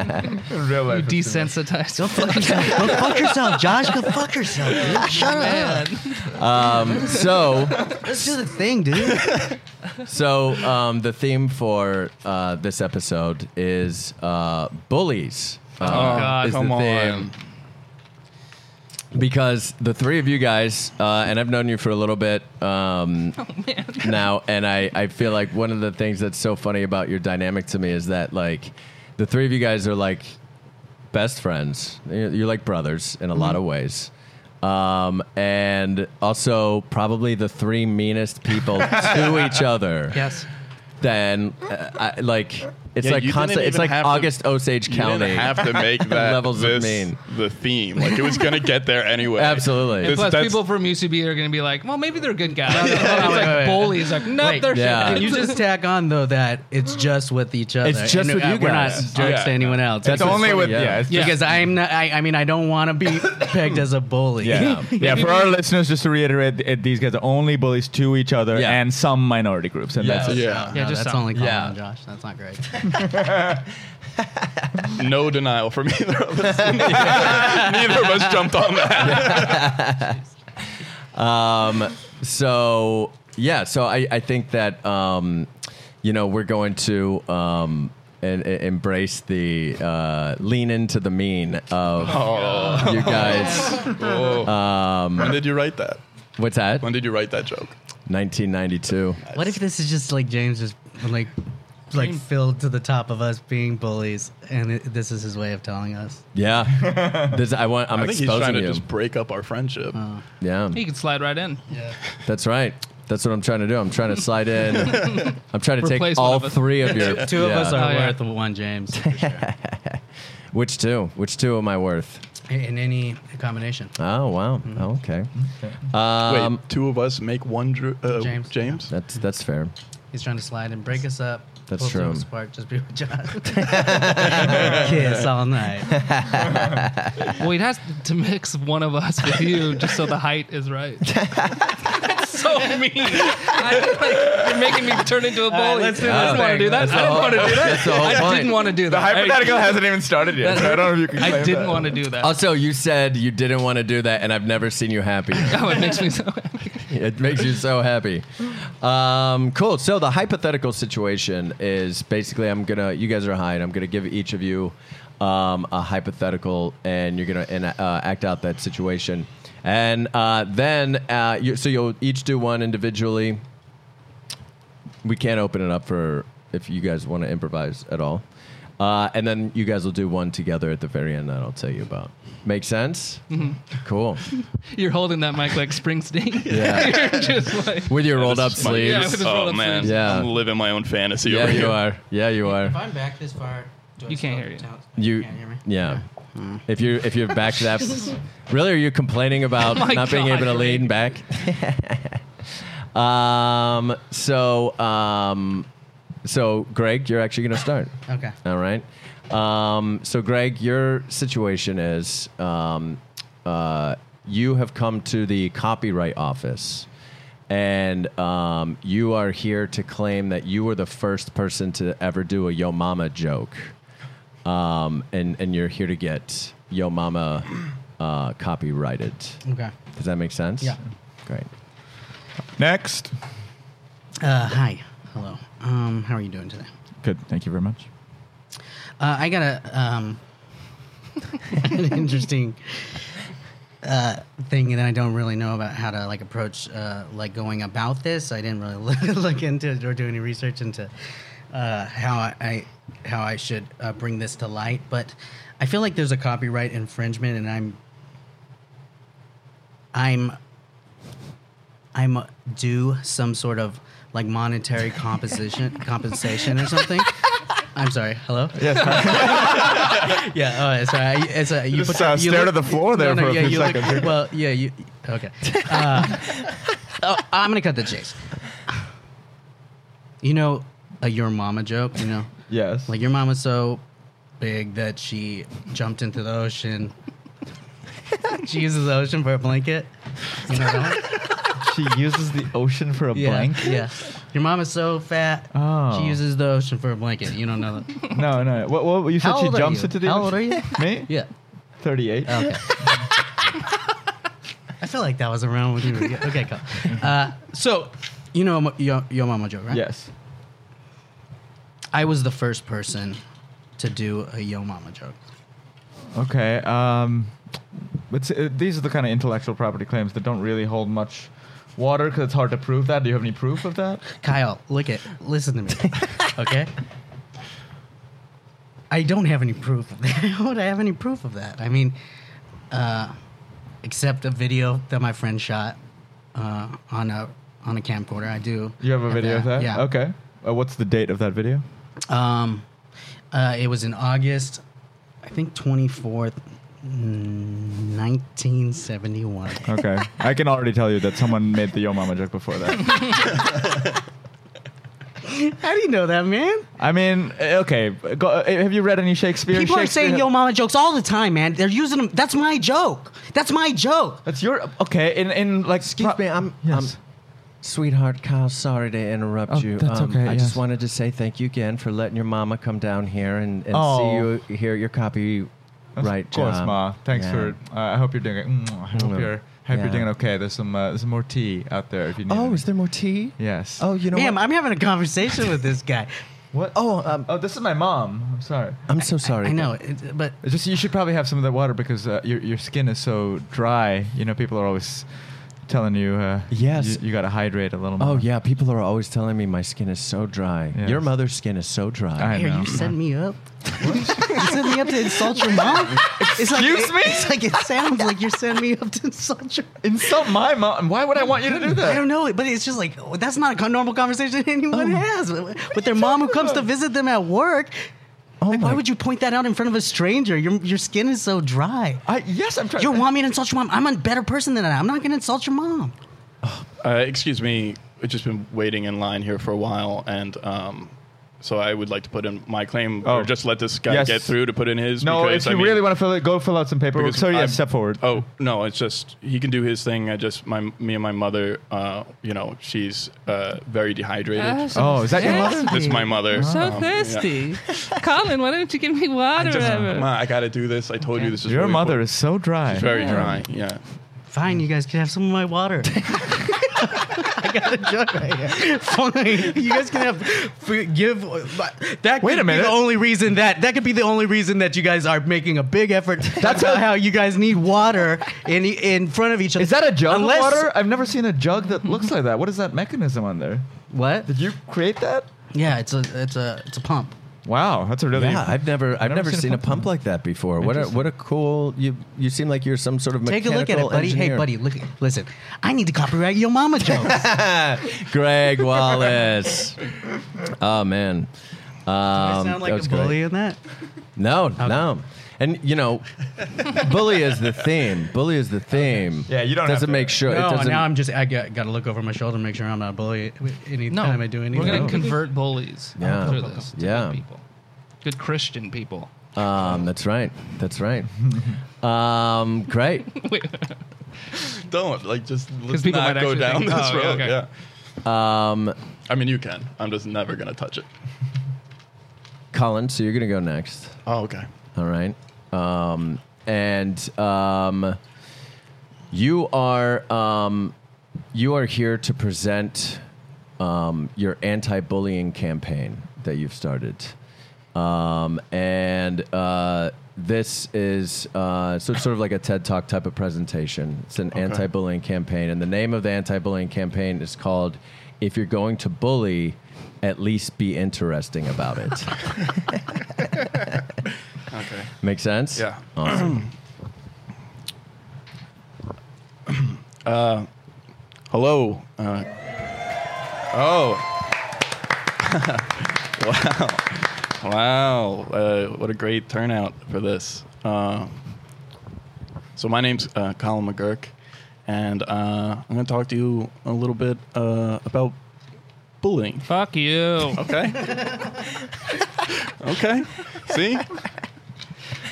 Speaker 7: on his phone.
Speaker 10: Real
Speaker 7: You
Speaker 10: life.
Speaker 7: desensitized. Don't fuck
Speaker 6: Go fuck yourself, Josh. Go fuck yourself. Dude. Shut up.
Speaker 3: Um, so,
Speaker 6: Let's do the thing, dude.
Speaker 3: so um, the theme for uh, this episode is uh, bullies. Uh,
Speaker 7: God,
Speaker 3: is the
Speaker 5: Oh, Come
Speaker 3: theme.
Speaker 5: on.
Speaker 3: because the three of you guys, uh, and I've known you for a little bit um, now, and I, I feel like one of the things that's so funny about your dynamic to me is that like the three of you guys are like best friends. You're you're like brothers in a lot of ways. Um, and also probably the three meanest people to each other.
Speaker 7: Yes.
Speaker 3: Then, uh, I, like, it's
Speaker 5: Yeah,
Speaker 3: like
Speaker 5: you didn't
Speaker 3: constant. It's
Speaker 5: even
Speaker 3: like
Speaker 5: have to-
Speaker 3: August Osage
Speaker 5: You didn't
Speaker 3: County.
Speaker 5: have to make that
Speaker 3: Levels of
Speaker 5: this,
Speaker 3: mean.
Speaker 5: the theme. Like it was gonna get there anyway.
Speaker 3: Absolutely.
Speaker 5: This-
Speaker 7: Plus,
Speaker 5: that's-
Speaker 7: people from UCB are going to be like, well, maybe they're good guys. it's
Speaker 6: wait,
Speaker 7: like
Speaker 6: wait, wait.
Speaker 7: bullies. Like, no,
Speaker 6: Wait.
Speaker 7: they're
Speaker 3: Yeah.
Speaker 6: And you just tack on though that it's just with each other.
Speaker 3: It's just
Speaker 6: And,
Speaker 3: with
Speaker 6: uh,
Speaker 3: you
Speaker 6: We're not
Speaker 3: guys.
Speaker 6: jerks
Speaker 5: Yeah.
Speaker 6: to anyone else.
Speaker 10: It's
Speaker 3: That's what's
Speaker 10: only
Speaker 3: funny,
Speaker 10: with
Speaker 3: yeah.
Speaker 10: yeah. it's
Speaker 7: Yeah.
Speaker 6: because I'm not. I, I mean, I don't want to be pegged as a bully.
Speaker 10: Yeah. yeah. For our listeners, just to reiterate, th- these guys are only bullies to each other
Speaker 3: Yeah.
Speaker 10: and some minority groups, and that's it.
Speaker 5: Yeah.
Speaker 7: Yeah,
Speaker 6: No,
Speaker 7: just
Speaker 6: that's
Speaker 7: some.
Speaker 6: only calling
Speaker 3: Yeah.
Speaker 6: on Josh. That's not great.
Speaker 5: No denial from either of us. Neither of us jumped on that.
Speaker 3: so yeah so i, I think that um, you know we're going to um, en- en- embrace the uh, lean into the mean of
Speaker 5: Oh.
Speaker 3: you guys
Speaker 5: Whoa. Oh.
Speaker 3: Um,
Speaker 5: when did you write that?
Speaker 3: what's that
Speaker 5: When did you write that joke?
Speaker 3: 1992
Speaker 6: What if this is just like James is like like filled to the top of us being bullies, and it, this is his way of telling us.
Speaker 3: yeah this i want i'm
Speaker 5: I think he's
Speaker 3: exposing
Speaker 5: trying to
Speaker 3: you
Speaker 5: just break up our friendship.
Speaker 3: yeah
Speaker 7: He can slide right in.
Speaker 3: that's right that's what i'm trying to do i'm trying to slide in i'm trying to
Speaker 7: Replace
Speaker 3: take
Speaker 7: one
Speaker 3: all
Speaker 7: of us.
Speaker 3: three of your
Speaker 6: Two of
Speaker 3: yeah.
Speaker 6: us are
Speaker 7: Oh, yeah.
Speaker 6: worth one James
Speaker 3: which two which two am i worth
Speaker 6: in any combination.
Speaker 3: oh wow okay
Speaker 5: Wait,
Speaker 3: um,
Speaker 5: two of us make one Drew, uh,
Speaker 6: James.
Speaker 5: James.
Speaker 3: that's that's fair
Speaker 6: He's trying to slide and break us up.
Speaker 3: That's
Speaker 6: pull
Speaker 3: true.
Speaker 6: us apart. Just be with Josh. Kiss all night.
Speaker 7: Well, he'd have to mix one of us with you just so the height is right. That's so mean. I, like, you're making me turn into a bully.
Speaker 6: right, let's do
Speaker 7: I
Speaker 3: this
Speaker 7: didn't want to
Speaker 6: thing.
Speaker 7: do that.
Speaker 3: That's the
Speaker 7: I didn't
Speaker 3: whole-
Speaker 7: want to do that.
Speaker 3: that's the whole
Speaker 7: I
Speaker 3: point.
Speaker 7: didn't want to do
Speaker 10: The
Speaker 7: that.
Speaker 10: hypothetical hasn't even started yet, so I don't know if you can.
Speaker 7: I, I
Speaker 10: claim
Speaker 7: didn't
Speaker 10: that.
Speaker 7: want to do that.
Speaker 3: Also, you said you didn't want to do that, and I've never seen you happy.
Speaker 7: oh, it makes me so happy.
Speaker 3: it makes you so happy. Um, cool. So the hypothetical situation is basically I'm gonna. You guys are high, and I'm gonna give each of you um, a hypothetical, and you're gonna and, uh, act out that situation, and uh, then uh, you, so you'll each do one individually. We can't open it up for if you guys want to improvise at all. Uh, and then you guys will do one together at the very end that I'll tell you about. Make sense?
Speaker 7: Mm-hmm.
Speaker 3: Cool.
Speaker 7: You're holding that mic like Springsteen.
Speaker 3: Yeah.
Speaker 7: You're just like,
Speaker 3: With your rolled up
Speaker 5: This is my-
Speaker 3: sleeves.
Speaker 7: Yeah, with his
Speaker 5: oh
Speaker 7: rolled-up
Speaker 5: man,
Speaker 7: sleeves.
Speaker 3: Yeah.
Speaker 5: I'm living my own fantasy.
Speaker 3: Yeah,
Speaker 5: over
Speaker 3: you
Speaker 5: here.
Speaker 3: are. Yeah, you are.
Speaker 6: I'm back this far, do
Speaker 7: I You can't still hear you. count?
Speaker 3: You.
Speaker 6: can't hear me?
Speaker 3: Yeah. If you if you're back that, really, are you complaining about
Speaker 7: my
Speaker 3: not being
Speaker 7: God,
Speaker 3: able to lean back? um. So um. So Greg, you're actually gonna start.
Speaker 6: Okay.
Speaker 3: All right. Um. So Greg, your situation is um. Uh. You have come to the copyright office. And um, you are here to claim that you were the first person to ever do a Yo Mama joke um, and and you're here to get Yo Mama uh, copyrighted.
Speaker 6: Okay.
Speaker 3: Does that make sense?
Speaker 6: Yeah.
Speaker 3: Great.
Speaker 10: Next.
Speaker 6: Uh, hi. Hello. Um, how are you doing today?
Speaker 10: Good. Thank you very much.
Speaker 6: Uh, I got a um, an interesting uh, thing that I don't really know about how to like approach uh, like going about this. I didn't really look, look into it or do any research into uh, how I, I how I should uh, bring this to light. But I feel like there's a copyright infringement, and I'm I'm I'm due some sort of like monetary composition compensation or something. I'm sorry. Hello. yeah. Oh, it's all right. It's all right. You
Speaker 10: just,
Speaker 6: put-
Speaker 10: uh, stared
Speaker 6: look-
Speaker 10: at the floor there for a
Speaker 6: yeah,
Speaker 10: few
Speaker 6: you look-
Speaker 10: seconds.
Speaker 6: well, yeah. You okay? Uh, oh, I'm gonna cut the chase. You know, a your mama joke. You know,
Speaker 3: Yes.
Speaker 6: like your mama's so big that she jumped into the ocean. she uses the ocean for a blanket. You know that one?
Speaker 4: she uses the ocean for a
Speaker 6: Yeah,
Speaker 4: blanket.
Speaker 6: Yeah. Your mom is so fat.
Speaker 4: Oh.
Speaker 6: She uses the ocean for a blanket. You don't know that.
Speaker 4: No, no. What? What? You said
Speaker 6: How
Speaker 4: she
Speaker 6: old are
Speaker 4: jumps
Speaker 6: you?
Speaker 4: into the
Speaker 6: How
Speaker 4: ocean.
Speaker 6: old are you?
Speaker 4: Me?
Speaker 6: Yeah.
Speaker 4: Thirty-eight.
Speaker 6: Okay. I feel like that was around when you were young. Okay, cool. Uh, so, you know mo- your, your mama joke, right?
Speaker 4: Yes.
Speaker 6: I was the first person to do a yo mama joke.
Speaker 4: Okay. Um, but s- uh, these are the kind of intellectual property claims that don't really hold much water because it's hard to prove that. Do you have any proof of that?
Speaker 6: Kyle, look at, listen to me. Okay? I don't have any proof of that. How would I have any proof of that? I mean, uh, except a video that my friend shot uh, on a on a camcorder. I do.
Speaker 4: You have a video of that?
Speaker 6: Yeah.
Speaker 4: Okay. Uh, what's the date of that video?
Speaker 6: Um, uh, it was in August, I think 24th, mm, 1971.
Speaker 4: Okay. I can already tell you that someone made the Yo Mama joke before that.
Speaker 6: How do you know that, man?
Speaker 4: I mean, uh, okay. Go, uh, have you read any Shakespeare?
Speaker 6: People are
Speaker 4: Shakespeare-
Speaker 6: saying yo mama jokes all the time, man. They're using them. That's my joke. That's my joke.
Speaker 4: That's your okay. In in like
Speaker 3: Excuse me, I'm-
Speaker 4: Yes.
Speaker 3: Sweetheart Kyle, sorry to interrupt
Speaker 4: Oh,
Speaker 3: you. Um,
Speaker 4: that's okay,
Speaker 3: I
Speaker 4: yes.
Speaker 3: just wanted to say thank you again for letting your mama come down here and, and
Speaker 4: Oh.
Speaker 3: see you hear your copy right
Speaker 4: Of course,
Speaker 3: job.
Speaker 4: Ma. Thanks
Speaker 3: Yeah.
Speaker 4: for. Uh, I hope you're doing. it. Mm, I hope
Speaker 3: Mm.
Speaker 4: you're. Hope you're
Speaker 3: Yeah.
Speaker 4: doing okay. There's some. Uh, there's some more tea out there if you need.
Speaker 3: Oh,
Speaker 4: any.
Speaker 3: is there more tea?
Speaker 4: Yes.
Speaker 3: Oh, you know
Speaker 6: Ma'am,
Speaker 3: what?
Speaker 6: I'm having a conversation with this guy.
Speaker 4: What?
Speaker 3: Oh, um,
Speaker 4: oh, this is my mom. I'm sorry.
Speaker 3: I'm so sorry.
Speaker 6: I know, it, but
Speaker 4: It's just you should probably have some of that water because uh, your your skin is so dry. You know, people are always telling you. Uh,
Speaker 3: Yes.
Speaker 4: You, you got to hydrate a little.
Speaker 3: Oh
Speaker 4: more.
Speaker 3: yeah, people are always telling me my skin is so dry.
Speaker 4: Yes.
Speaker 3: Your mother's skin is so dry.
Speaker 4: I
Speaker 6: here,
Speaker 4: know.
Speaker 6: you set me up. you set me up to insult your mom? Excuse like, it-
Speaker 4: me?
Speaker 6: It's like it sounds like you're setting me up to insult your
Speaker 4: Insult my mom. Why would I want you to do that?
Speaker 6: I don't know, but it's just like oh, that's not a con- normal conversation anyone
Speaker 4: Oh.
Speaker 6: has with with their mom who comes to visit them at work.
Speaker 4: Oh
Speaker 6: like, why would you point that out in front of a stranger? Your your skin is so dry.
Speaker 4: I, yes, I'm trying.
Speaker 6: You want me to insult your mom? I'm a better person than that. I'm not going to insult your mom.
Speaker 5: Uh, excuse me, I've just been waiting in line here for a while, and um, so I would like to put in my claim,
Speaker 4: Oh.
Speaker 5: or just let this guy
Speaker 4: Yes.
Speaker 5: get through to put in his.
Speaker 4: No,
Speaker 5: because,
Speaker 4: if you
Speaker 5: I mean,
Speaker 4: really want to fill it, go fill out some paperwork.
Speaker 5: because
Speaker 4: So yeah,
Speaker 5: I'm-
Speaker 4: step forward.
Speaker 5: Oh no, it's just he can do his thing. I just my me and my mother, uh, you know, she's uh, very dehydrated.
Speaker 4: Oh, is that your mother?
Speaker 5: This is my mother.
Speaker 7: So
Speaker 5: Um, yeah.
Speaker 7: thirsty. Colin, why don't you give me water?
Speaker 5: I just,
Speaker 7: or whatever?
Speaker 5: Ma, I gotta do this. I told you this is
Speaker 4: Your
Speaker 5: really
Speaker 4: mother
Speaker 5: cool.
Speaker 4: is so dry.
Speaker 5: It's very dry. Yeah.
Speaker 6: Fine, you guys can have some of my water. I got a joke right here. Fine, you guys can have f- give. but That
Speaker 4: Wait
Speaker 6: could
Speaker 4: a minute.
Speaker 6: Be the only reason that that could be the only reason that you guys are making a big effort. That's about how you guys need water in in front of each other.
Speaker 4: Is that a jug
Speaker 6: Unless,
Speaker 4: of water? I've never seen a jug that looks like that. What is that mechanism on there?
Speaker 6: What?
Speaker 4: Did you create that?
Speaker 6: Yeah, it's a it's a it's a pump.
Speaker 4: Wow, that's a really
Speaker 3: Yeah, I've never, I've never, seen, a pump
Speaker 4: like
Speaker 3: like that before. What a,
Speaker 4: Interesting.
Speaker 3: what a cool! You, you seem like you're some sort of
Speaker 6: Take a
Speaker 3: mechanical
Speaker 6: look at it, buddy. Hey,
Speaker 3: engineer.
Speaker 6: buddy, look. Listen, I need to copyright your mama jokes.
Speaker 3: Greg Wallace. oh man, um,
Speaker 6: I sound like
Speaker 3: that
Speaker 6: a
Speaker 3: was
Speaker 6: bully
Speaker 3: great.
Speaker 6: in that.
Speaker 3: No, no. And you know, bully is the theme. Bully is the theme.
Speaker 4: Yeah, you don't have
Speaker 3: doesn't
Speaker 4: to-
Speaker 3: make sure. it
Speaker 6: No,
Speaker 3: doesn't,
Speaker 6: now I'm just I got, got to look over my shoulder, make sure I'm not a bully anytime
Speaker 7: no,
Speaker 6: I do anything. Oh.
Speaker 7: we're going to convert bullies
Speaker 3: Yeah.
Speaker 7: through this. To
Speaker 3: Yeah.
Speaker 7: good people, good Christian people.
Speaker 3: um, that's right. That's right. um, great.
Speaker 5: Don't like just let's
Speaker 7: people
Speaker 5: not
Speaker 7: might
Speaker 5: go
Speaker 7: actually
Speaker 5: down
Speaker 7: think-
Speaker 5: this
Speaker 7: oh,
Speaker 5: road.
Speaker 7: yeah, okay.
Speaker 5: Yeah.
Speaker 3: Um,
Speaker 5: I mean, you can. I'm just never gonna touch it.
Speaker 3: Colin, so you're gonna go next.
Speaker 5: Oh, okay.
Speaker 3: All right. Um, and um, you are um, you are here to present um, your anti-bullying campaign that you've started. Um, and uh, this is uh, so it's sort of like a TED Talk type of presentation. It's an anti-bullying campaign, and the name of the anti-bullying campaign is called "If You're Going to Bully, at least be interesting about it."
Speaker 5: Okay.
Speaker 3: Make sense?
Speaker 5: Yeah.
Speaker 3: Awesome.
Speaker 5: Hello. Uh, oh. wow. Wow. Uh, what a great turnout for this. Uh, so, my name's uh, Colin McGurk, and uh, I'm going to talk to you a little bit uh, about bullying.
Speaker 7: Fuck you.
Speaker 5: Okay. okay. See?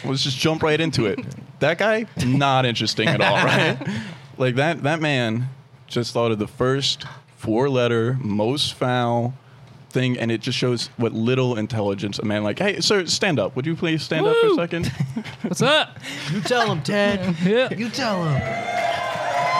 Speaker 5: Let's just jump right into it. That guy, not interesting at all, right? Like that that man just thought of the first four letter, most foul thing, and it just shows what little intelligence a man like, hey, sir, stand up. Would you please stand up for a
Speaker 7: Woo!
Speaker 5: second?
Speaker 7: What's up?
Speaker 6: You tell him, Ted.
Speaker 7: Yeah.
Speaker 6: You tell him.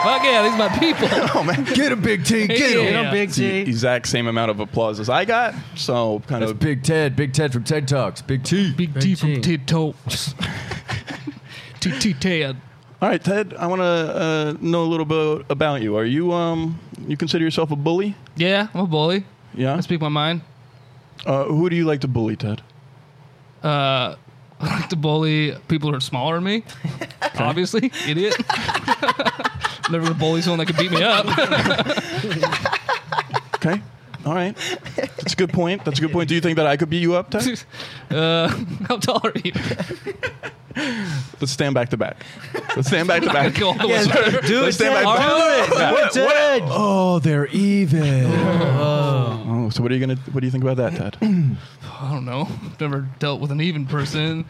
Speaker 7: Fuck yeah, these my people.
Speaker 3: Get him, Big T. Get him.
Speaker 7: Yeah.
Speaker 6: Little Big
Speaker 5: Oh, It's the
Speaker 6: T.
Speaker 5: exact same amount of applause as I got. So kind
Speaker 3: That's
Speaker 5: of
Speaker 3: Big Ted. Big Ted from Ted Talks. Big T.
Speaker 7: Big T
Speaker 6: Big
Speaker 7: from
Speaker 6: T.
Speaker 7: Ted Talks. T T Ted.
Speaker 5: All right, Ted, I want to uh, know a little bit about you. Are you um you consider yourself a bully?
Speaker 7: Yeah, I'm a bully.
Speaker 5: Yeah.
Speaker 7: I speak my mind.
Speaker 5: Uh, who do you like to bully, Ted?
Speaker 7: Uh, I like to bully people who are smaller than me. Obviously, idiot. Never gonna bully someone that could beat me up.
Speaker 5: Okay. All right. That's a good point. That's a good point. Do you think that I could beat you up, Ted?
Speaker 7: uh, how tall are you?
Speaker 5: Let's stand back to back. Let's stand back to back.
Speaker 7: Go all the way over.
Speaker 5: Let's stand back to back. Yeah. What- what-
Speaker 3: Oh, they're even.
Speaker 5: Oh, so what are you gonna? What do you think about that, Ted?
Speaker 7: I don't know. Never dealt with an even person.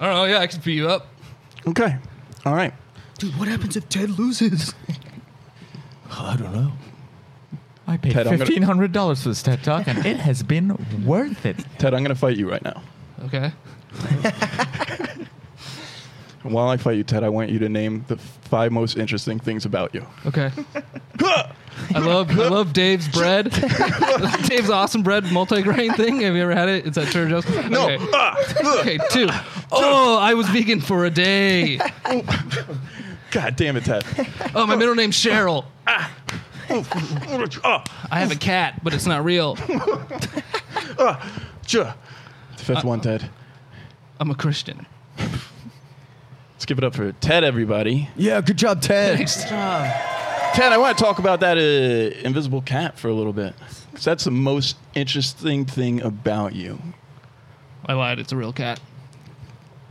Speaker 7: I don't know. Yeah, I could beat you up.
Speaker 5: Okay. All right.
Speaker 6: Dude, what happens if Ted loses?
Speaker 3: I don't know.
Speaker 10: I paid
Speaker 5: Ted, I'm gonna-
Speaker 10: fifteen hundred dollars for this TED talk, and it has been worth it.
Speaker 5: Ted, I'm gonna fight you right now.
Speaker 7: Okay.
Speaker 5: And While I fight you, Ted, I want you to name the five most interesting things about you.
Speaker 7: Okay. I love I love Dave's bread. Dave's awesome bread multigrain thing. Have you ever had it? It's at Trader Joe's. No. Okay. okay. Two. Oh, I was vegan for a day.
Speaker 5: God damn it, Ted.
Speaker 7: Oh, my middle name's Cheryl.
Speaker 5: Oh,
Speaker 7: I have a cat, but it's not real.
Speaker 5: sure. The fifth one, Ted.
Speaker 7: I'm a Christian.
Speaker 5: Let's give it up for Ted, everybody.
Speaker 3: Yeah, good job, Ted.
Speaker 5: Ted, I want to talk about that uh, invisible cat for a little bit. 'Cause that's the most interesting thing about you.
Speaker 7: I lied. It's a real cat.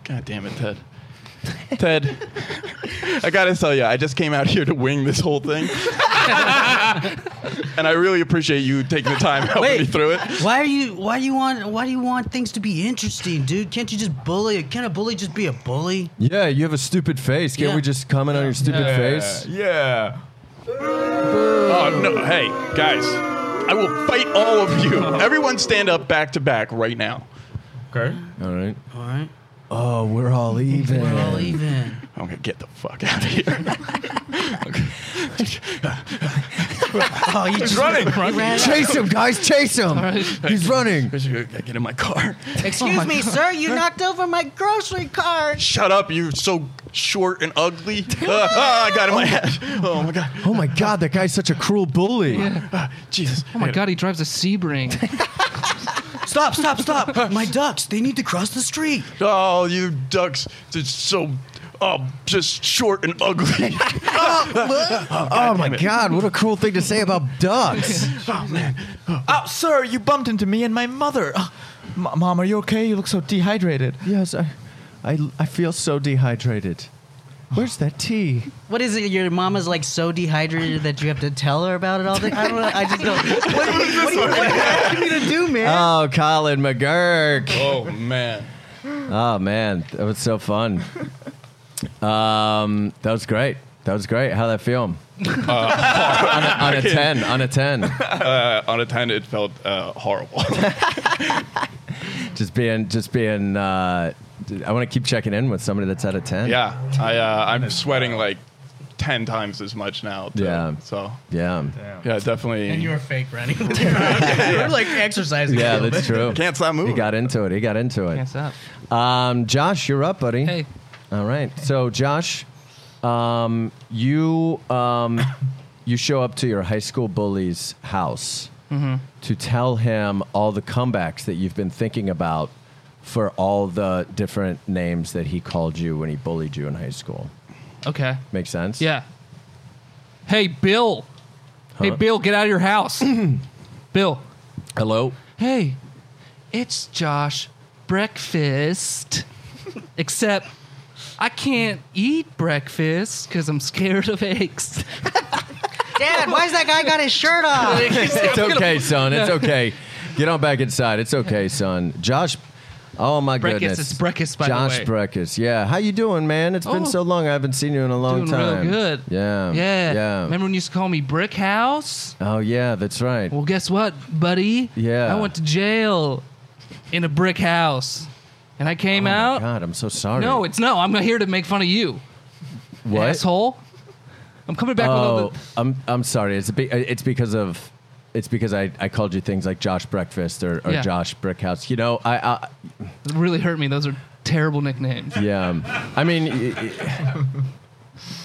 Speaker 5: God damn it, Ted. Ted, I gotta tell you, I just came out here to wing this whole thing, and I really appreciate you taking the time helping me
Speaker 6: Wait.
Speaker 5: through it.
Speaker 6: Why are you? Why do you want? Why do you want things to be interesting, dude? Can't you just bully? Can't a bully just be a bully?
Speaker 3: Yeah, you have a stupid face. Can't
Speaker 6: Yeah.
Speaker 3: we just comment on your stupid
Speaker 7: Yeah.
Speaker 3: face?
Speaker 5: Yeah. Oh no! Hey, guys, I will fight all of you. Everyone, stand up back to back right now.
Speaker 11: Okay.
Speaker 3: All right.
Speaker 6: All right,
Speaker 3: Oh, we're all even.
Speaker 6: we're all even.
Speaker 5: I'm gonna get the fuck out of here.
Speaker 6: Oh, you just running.
Speaker 3: Chase him, guys. Chase him. He's running.
Speaker 5: get in my car.
Speaker 6: Excuse me, sir. You knocked over my grocery cart.
Speaker 5: Shut up! You're so short and ugly. Uh, ah, I got in my head. Oh my god!
Speaker 3: Oh my God, that guy's such a cruel bully.
Speaker 5: Ah, Jesus!
Speaker 7: Oh my god, he drives a Sebring.
Speaker 6: Stop! Stop! Stop! my ducks. They need to cross the street.
Speaker 5: Oh, you ducks! Just so, oh, just short and ugly.
Speaker 3: Oh my God, what a cruel thing to say about ducks.
Speaker 5: oh man!
Speaker 10: Oh, sir, you bumped into me and my mother. Oh, M- Mom, are you okay? You look so dehydrated.
Speaker 3: yes, I, I, I feel so dehydrated. Where's that tea?
Speaker 6: What is it? Your mama's like so dehydrated that you have to tell her about it all day. I don't know. I just don't. What, what, are you- what, are you- what are you asking me to do, man?
Speaker 3: Oh, Colin McGurk.
Speaker 5: Oh man!
Speaker 3: Oh man, that was so fun. Um, that was great. That was great. How'd that feel? on a, on a ten. On a ten.
Speaker 5: Uh, on a ten, it felt uh, horrible.
Speaker 3: Just being, just being. Uh, I want to keep checking in with somebody that's at a ten.
Speaker 5: yeah, I uh, I'm sweating like ten times as much now. Too.
Speaker 3: Yeah.
Speaker 5: So
Speaker 3: yeah,
Speaker 5: yeah, definitely.
Speaker 6: And you were fake running. You're like exercising.
Speaker 3: yeah. That's true.
Speaker 5: can't stop
Speaker 3: He
Speaker 5: moving.
Speaker 3: got into it. He got into it.
Speaker 7: What's up?
Speaker 3: Um, Josh, you're up, buddy.
Speaker 7: Hey.
Speaker 3: All right. So, Josh, um, you um, you show up to your high school bully's house to tell him all the comebacks that you've been thinking about for all the different names that he called you when he bullied you in high school.
Speaker 7: Okay.
Speaker 3: Make sense?
Speaker 7: Yeah. Hey, Bill. Hey,
Speaker 3: Huh?
Speaker 7: Bill, get out of your house. Bill.
Speaker 3: Hello.
Speaker 7: Hey, it's Josh. Breakfast. Except I can't eat breakfast because I'm scared of eggs.
Speaker 6: Dad, why's that guy got his shirt off?
Speaker 3: it's okay, son. It's okay. Get on back inside. It's okay, son. Josh. Oh my
Speaker 7: Brekus,
Speaker 3: goodness.
Speaker 7: it's Brekus, by the
Speaker 3: Josh
Speaker 7: way.
Speaker 3: Brekus. Yeah. How you doing, man? It's been
Speaker 7: Oh.
Speaker 3: so long. I haven't seen you in a long
Speaker 7: Doing
Speaker 3: time.
Speaker 7: real good.
Speaker 3: Yeah.
Speaker 7: Yeah.
Speaker 3: Yeah.
Speaker 7: Remember when you used to call me Brick House?
Speaker 3: Oh yeah, that's right.
Speaker 7: Well, guess what, buddy?
Speaker 3: Yeah.
Speaker 7: I went to jail in a brick house, and I
Speaker 3: Oh,
Speaker 7: came
Speaker 3: my
Speaker 7: out.
Speaker 3: God, I'm so sorry.
Speaker 7: No, it's no. I'm here to make fun of you,
Speaker 3: what?
Speaker 7: asshole. I'm coming back with all
Speaker 3: Oh,
Speaker 7: the.
Speaker 3: I'm I'm sorry. It's be, it's because of it's because I, I called you things like Josh Breakfast or, or
Speaker 7: Yeah.
Speaker 3: Josh Brickhouse. You know, I, I
Speaker 7: It really hurt me. Those are terrible nicknames.
Speaker 3: yeah. um, I mean, y- y-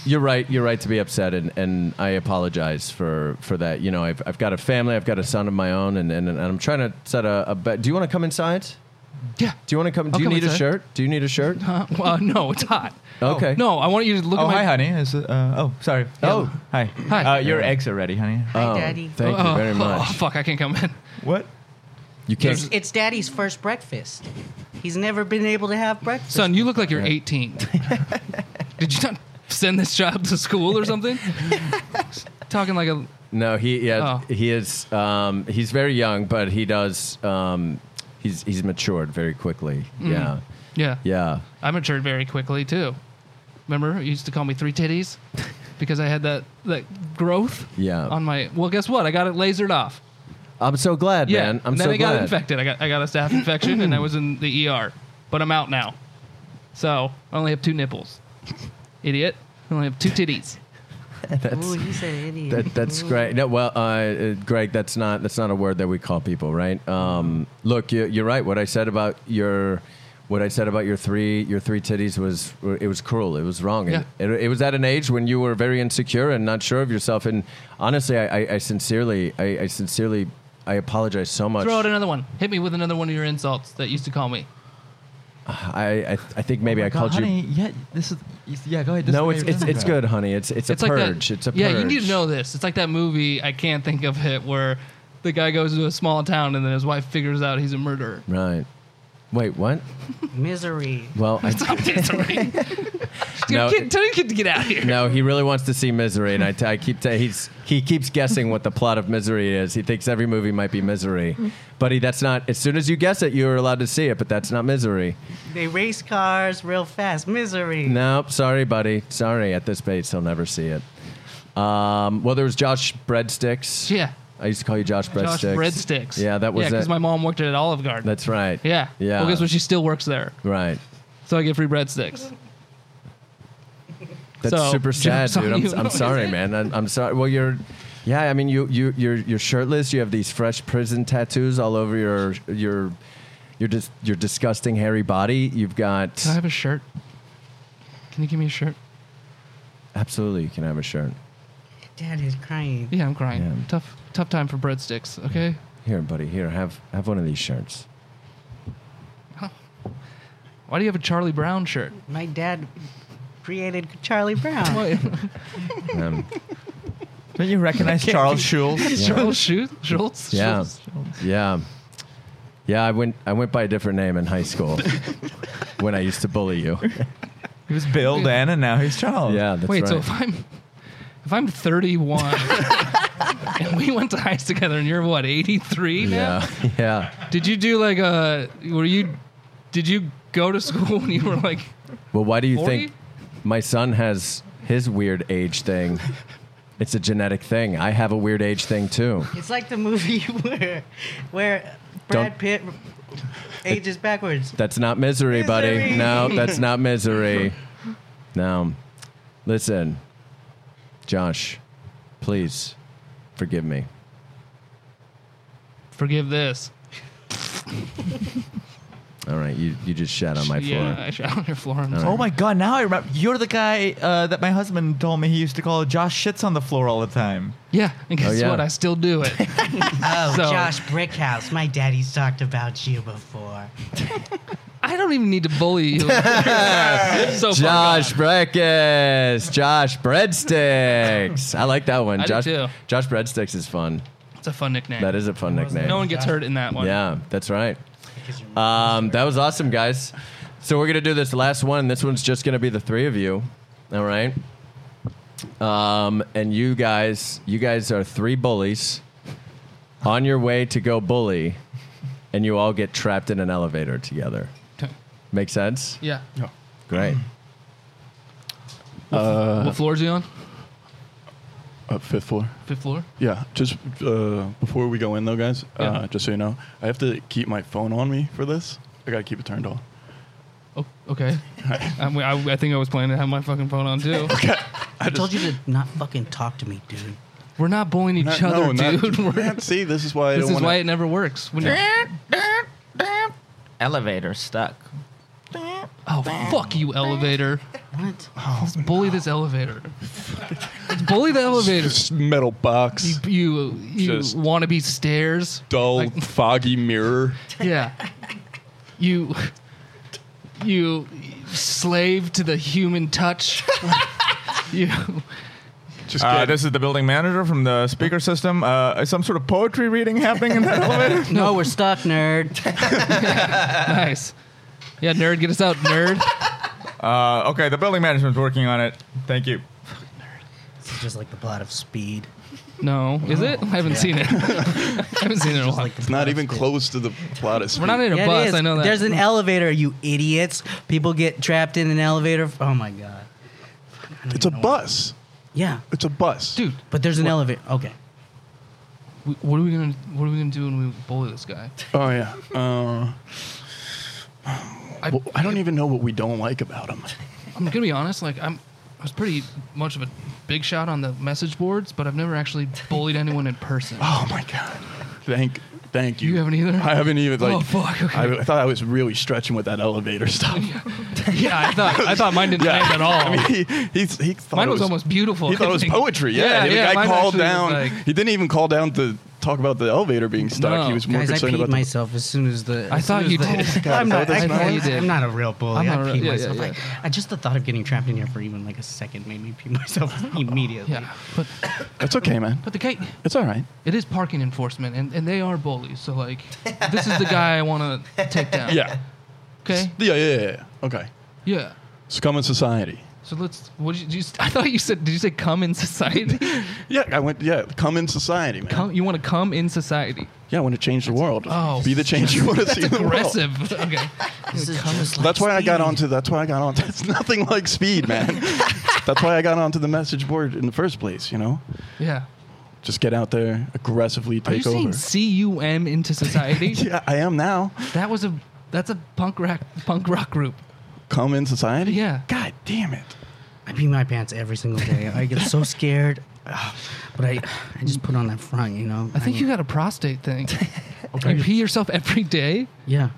Speaker 3: you're right. You're right to be upset, and, and I apologize for, for that. You know, I've, I've got a family. I've got a son of my own, and, and, and I'm trying to set a. a be- do you want to come inside?
Speaker 7: Yeah.
Speaker 3: Do you want to come? Do
Speaker 7: I'll
Speaker 3: you
Speaker 7: come
Speaker 3: need a
Speaker 7: inside.
Speaker 3: shirt? Do you need a shirt?
Speaker 7: Uh, well, no, it's hot.
Speaker 3: Okay.
Speaker 7: No, I want you to look
Speaker 10: Oh,
Speaker 7: at my.
Speaker 10: hi, honey. Is it, uh, oh, sorry.
Speaker 3: Oh.
Speaker 10: Hi.
Speaker 7: Hi.
Speaker 10: Uh, your eggs are ready, honey.
Speaker 3: Oh,
Speaker 6: Daddy.
Speaker 3: Thank you
Speaker 7: Oh,
Speaker 3: very
Speaker 7: oh,
Speaker 3: much.
Speaker 7: Oh, fuck, I can't come in.
Speaker 10: What?
Speaker 3: You
Speaker 6: It's,
Speaker 3: can't.
Speaker 6: it's Daddy's first breakfast. He's never been able to have breakfast.
Speaker 7: Son, you look like you're 18. Did you not send this job to school or something? Talking like a.
Speaker 3: No, he yeah,
Speaker 7: Oh.
Speaker 3: he is. Um, he's very young, but he does. Um, he's he's matured very quickly.
Speaker 7: Mm-hmm.
Speaker 3: Yeah,
Speaker 7: Yeah.
Speaker 3: yeah.
Speaker 7: I matured very quickly, too. Remember, you used to call me three titties because I had that, that growth
Speaker 3: Yeah.
Speaker 7: on my. Well, guess what? I got it lasered off.
Speaker 3: I'm so glad,
Speaker 7: Yeah.
Speaker 3: man. I'm
Speaker 7: and then
Speaker 3: so
Speaker 7: I got
Speaker 3: glad.
Speaker 7: infected. I got, I got a staph infection and I was in the ER. But I'm out now. So I only have two nipples. Idiot. I only have two titties.
Speaker 6: Ooh, he said idiot.
Speaker 3: That, that's
Speaker 6: Ooh.
Speaker 3: great. No, well, uh, uh, Greg, that's not that's not a word that we call people, right? Um, look, you, you're right. What I said about your what I said about your three your three titties was it was cruel. It was wrong. And It, it was at an age when you were very insecure and not sure of yourself. And honestly, I, I, I sincerely, I, I sincerely, I apologize so much.
Speaker 7: Throw out another one. Hit me with another one of your insults that you used to call me.
Speaker 3: I, I, I think maybe
Speaker 10: Oh my
Speaker 3: I called
Speaker 10: God,
Speaker 3: you.
Speaker 10: honey, Yeah, this is. Yeah, go ahead. This
Speaker 3: No,
Speaker 10: is
Speaker 3: it's
Speaker 10: what
Speaker 3: it's,
Speaker 10: you're
Speaker 3: it's
Speaker 10: talking
Speaker 3: good, honey. It's it's a
Speaker 7: like that-
Speaker 3: purge. it's a purge.
Speaker 7: Yeah, you need to know this. It's like that movie. I can't think of it where the guy goes to a small town and then his wife figures out he's a murderer.
Speaker 3: Right. Wait, what?
Speaker 6: Misery.
Speaker 3: Well, I,
Speaker 7: Stop answering.
Speaker 3: No,
Speaker 7: no,
Speaker 3: it-
Speaker 7: tell your kid to get out of here.
Speaker 3: no, he really wants to see Misery, and I, t- I keep t- he's he keeps guessing what the plot of Misery is. He thinks every movie might be Misery, but he that's not. As soon as you guess it, you're allowed to see it, but that's not Misery.
Speaker 6: They race cars real fast. Misery.
Speaker 3: Nope, sorry, buddy. Sorry. At this pace, he'll never see it. Um, well, there was Josh Breadsticks.
Speaker 7: Yeah.
Speaker 3: I used to call you Josh Breadsticks.
Speaker 7: Josh breadsticks.
Speaker 3: Yeah, that was
Speaker 7: yeah, because
Speaker 3: it.
Speaker 7: my mom worked at Olive Garden.
Speaker 3: that's right.
Speaker 7: yeah.
Speaker 3: Yeah.
Speaker 7: Well, guess what? She still works there,
Speaker 3: right.
Speaker 7: so I get free breadsticks.
Speaker 3: That's
Speaker 7: So,
Speaker 3: super sad,
Speaker 7: jokes on
Speaker 3: dude. I'm,
Speaker 7: you.
Speaker 3: I'm sorry, man. I'm, I'm sorry. Well, you're, yeah. I mean, you you you're you're shirtless. You have these fresh prison tattoos all over your your your dis, your disgusting hairy body. You've got
Speaker 7: Can I have a shirt? Can you give me a shirt?
Speaker 3: absolutely. You can have a shirt
Speaker 6: Dad is crying.
Speaker 7: Yeah, I'm crying.
Speaker 3: Yeah.
Speaker 7: Tough, tough time for breadsticks. Okay.
Speaker 3: here, buddy. Here, have have one of these shirts.
Speaker 7: Why do you have a Charlie Brown shirt?
Speaker 6: My dad created Charlie Brown.
Speaker 7: Why-
Speaker 3: Um,
Speaker 10: about. Don't you recognize Charles Schulz?
Speaker 7: Charles Schultz. Schultz.
Speaker 3: yeah,
Speaker 7: Schultz?
Speaker 3: yeah, yeah. I went I went by a different name in high school when I used to bully you.
Speaker 10: He was Bill then, and now he's Charles.
Speaker 3: Yeah, that's
Speaker 7: Wait,
Speaker 3: right.
Speaker 7: so if I'm if I'm 31 and we went to high school together, and you're what 83 now?
Speaker 3: yeah, yeah.
Speaker 7: Did you do like a? Were you? Did you go to school when you were like?
Speaker 3: Well, why do you
Speaker 7: 40?
Speaker 3: think my son has his weird age thing? It's a genetic thing. I have a weird age thing too.
Speaker 6: It's like the movie where where
Speaker 3: Don't-
Speaker 6: Brad Pitt ages backwards.
Speaker 3: That's not misery, buddy.
Speaker 6: Misery.
Speaker 3: No, that's not misery. No. Listen, Josh, please forgive me.
Speaker 7: Forgive this.
Speaker 3: All right, you, you just shat on my
Speaker 7: yeah,
Speaker 3: floor.
Speaker 7: I shot on your floor. I'm sorry.
Speaker 10: Oh my God! Now I remember. You're the guy uh, that my husband told me he used to call Josh shits on the floor all the time.
Speaker 7: Yeah, and guess
Speaker 3: yeah.
Speaker 7: what? I still do it.
Speaker 6: Oh,
Speaker 7: So-
Speaker 6: Josh Brickhouse. My daddy's talked about you before.
Speaker 7: I don't even need to bully you. so
Speaker 3: Josh Breakfast, Josh Breadsticks. I like that one.
Speaker 7: I do
Speaker 3: Josh
Speaker 7: too.
Speaker 3: Josh Breadsticks is fun.
Speaker 7: it's a fun nickname.
Speaker 3: That is a fun nickname.
Speaker 7: No one gets hurt in that one.
Speaker 3: Yeah, that's right. Um, that was awesome, guys. So we're gonna do this last one. This one's just gonna be the three of you. All right. Um, and you guys, you guys are three bullies on your way to go bully, and you all get trapped in an elevator together. Make sense?
Speaker 7: Yeah.
Speaker 3: Great.
Speaker 7: what floor is he on?
Speaker 5: Uh, fifth floor.
Speaker 7: Fifth floor.
Speaker 5: Yeah, just uh, before we go in though, guys,
Speaker 7: Yeah.
Speaker 5: uh, just so you know, I have to keep my phone on me for this. I gotta keep it turned off.
Speaker 7: Oh, okay. I'm, I, I think I was planning to have my fucking phone on too.
Speaker 6: I, told you to not fucking talk to me, dude.
Speaker 7: We're not bullying each
Speaker 5: Not- no,
Speaker 7: other,
Speaker 5: not-
Speaker 7: dude. We're-
Speaker 5: man, see, this is why I
Speaker 7: this
Speaker 5: don't
Speaker 7: is
Speaker 5: wanna-
Speaker 7: why it never works. When you-
Speaker 4: Elevator stuck.
Speaker 7: oh, fuck you, elevator.
Speaker 6: What?
Speaker 7: Let's bully this elevator. Let's bully the elevator.
Speaker 5: This metal box,
Speaker 7: You you
Speaker 5: Just-
Speaker 7: wannabe stairs.
Speaker 5: dull,
Speaker 7: like-
Speaker 5: foggy mirror.
Speaker 7: Yeah. You you slave to the human touch. you
Speaker 5: Just
Speaker 10: Uh,
Speaker 7: Ah,
Speaker 5: get-
Speaker 10: this is the building manager from the speaker system. Uh, is some sort of poetry reading happening in that elevator?
Speaker 6: No, we're stuck, nerd.
Speaker 7: nice. Yeah, nerd, get us out, nerd.
Speaker 10: Uh, okay, the building management's working on it. Thank you.
Speaker 6: It's just like the plot of Speed.
Speaker 7: No, is it? I haven't seen it. I haven't seen it in a while.
Speaker 5: it's not even close to the plot of
Speaker 7: We're not in a
Speaker 6: Yeah, it
Speaker 7: bus.
Speaker 6: is.
Speaker 7: I know that.
Speaker 6: There's an elevator, you idiots. People get trapped in an elevator. Oh my god.
Speaker 5: It's a bus.
Speaker 6: Yeah,
Speaker 5: It's a bus.
Speaker 7: dude.
Speaker 6: but there's an elevator. Okay.
Speaker 7: we- What are we gonna What are we gonna do when we bully this guy?
Speaker 5: Oh yeah. Uh,
Speaker 7: I,
Speaker 5: well, I don't even know what we don't like about him.
Speaker 7: I'm gonna be honest. Like I'm, I was pretty much of a big shot on the message boards, but I've never actually bullied anyone in person.
Speaker 5: Oh my god. Thank, thank you.
Speaker 7: You haven't either?
Speaker 5: I haven't even like.
Speaker 7: Oh, fuck, okay.
Speaker 5: I, I thought I was really stretching with that elevator stuff.
Speaker 7: yeah, I thought I thought mine didn't land at all.
Speaker 5: I mean, he, he's, he thought
Speaker 7: mine
Speaker 5: it
Speaker 7: was, almost beautiful.
Speaker 5: He thought it was poetry. Yeah, the guy
Speaker 7: mine
Speaker 5: called
Speaker 7: actually was
Speaker 5: down.
Speaker 7: like-
Speaker 5: he didn't even call down to talk about the elevator being stuck.
Speaker 7: No.
Speaker 5: He was more
Speaker 6: Guys, I
Speaker 5: concerned
Speaker 6: peed
Speaker 5: about. the-
Speaker 6: myself as soon as the.
Speaker 7: I
Speaker 6: as
Speaker 7: thought
Speaker 6: soon as
Speaker 7: you
Speaker 6: the-
Speaker 7: did.
Speaker 6: I'm
Speaker 5: I
Speaker 6: not.
Speaker 5: thought
Speaker 6: I,
Speaker 5: that's
Speaker 7: mine. You did.
Speaker 6: am not a real bully.
Speaker 7: I'm
Speaker 6: I
Speaker 7: not a-
Speaker 6: peed
Speaker 7: yeah,
Speaker 6: myself.
Speaker 7: yeah, yeah.
Speaker 6: I, I just the thought of getting trapped in here for even like a second made me pee myself immediately.
Speaker 7: yeah, but
Speaker 5: It's okay, man.
Speaker 7: but the guy,
Speaker 5: It's all right.
Speaker 7: it is parking enforcement, and, and they are bullies. So like, this is the guy I want to take down.
Speaker 5: Yeah.
Speaker 7: Okay.
Speaker 5: Yeah, yeah, yeah. yeah. Okay.
Speaker 7: Yeah.
Speaker 5: Scum in society.
Speaker 7: So let's. What did you, did you? I thought you said. Did you say come in society?
Speaker 5: Yeah, I went. Yeah, come in society, man.
Speaker 7: come, you want to come in society?
Speaker 5: Yeah, I want to change the world.
Speaker 7: Oh.
Speaker 5: be the change you want to see in the world.
Speaker 7: Aggressive. okay.
Speaker 6: This is just like
Speaker 5: That's why I got
Speaker 6: Speed.
Speaker 5: onto. That's why I got onto. It's nothing like speed, man. that's why I got onto the message board in the first place. You know,
Speaker 7: Yeah.
Speaker 5: just get out there aggressively
Speaker 7: Are you
Speaker 5: take
Speaker 7: saying
Speaker 5: over.
Speaker 7: cum into society?
Speaker 5: yeah, I am now.
Speaker 7: That was a. That's a punk rock punk rock group.
Speaker 5: Come in society.
Speaker 7: Yeah.
Speaker 5: God damn it.
Speaker 6: I pee my pants every single day. I get so scared, Ugh. but I, I just put on that front, you know.
Speaker 7: I think you
Speaker 6: mean,
Speaker 7: got a prostate thing. You pee yourself every day?
Speaker 6: Yeah.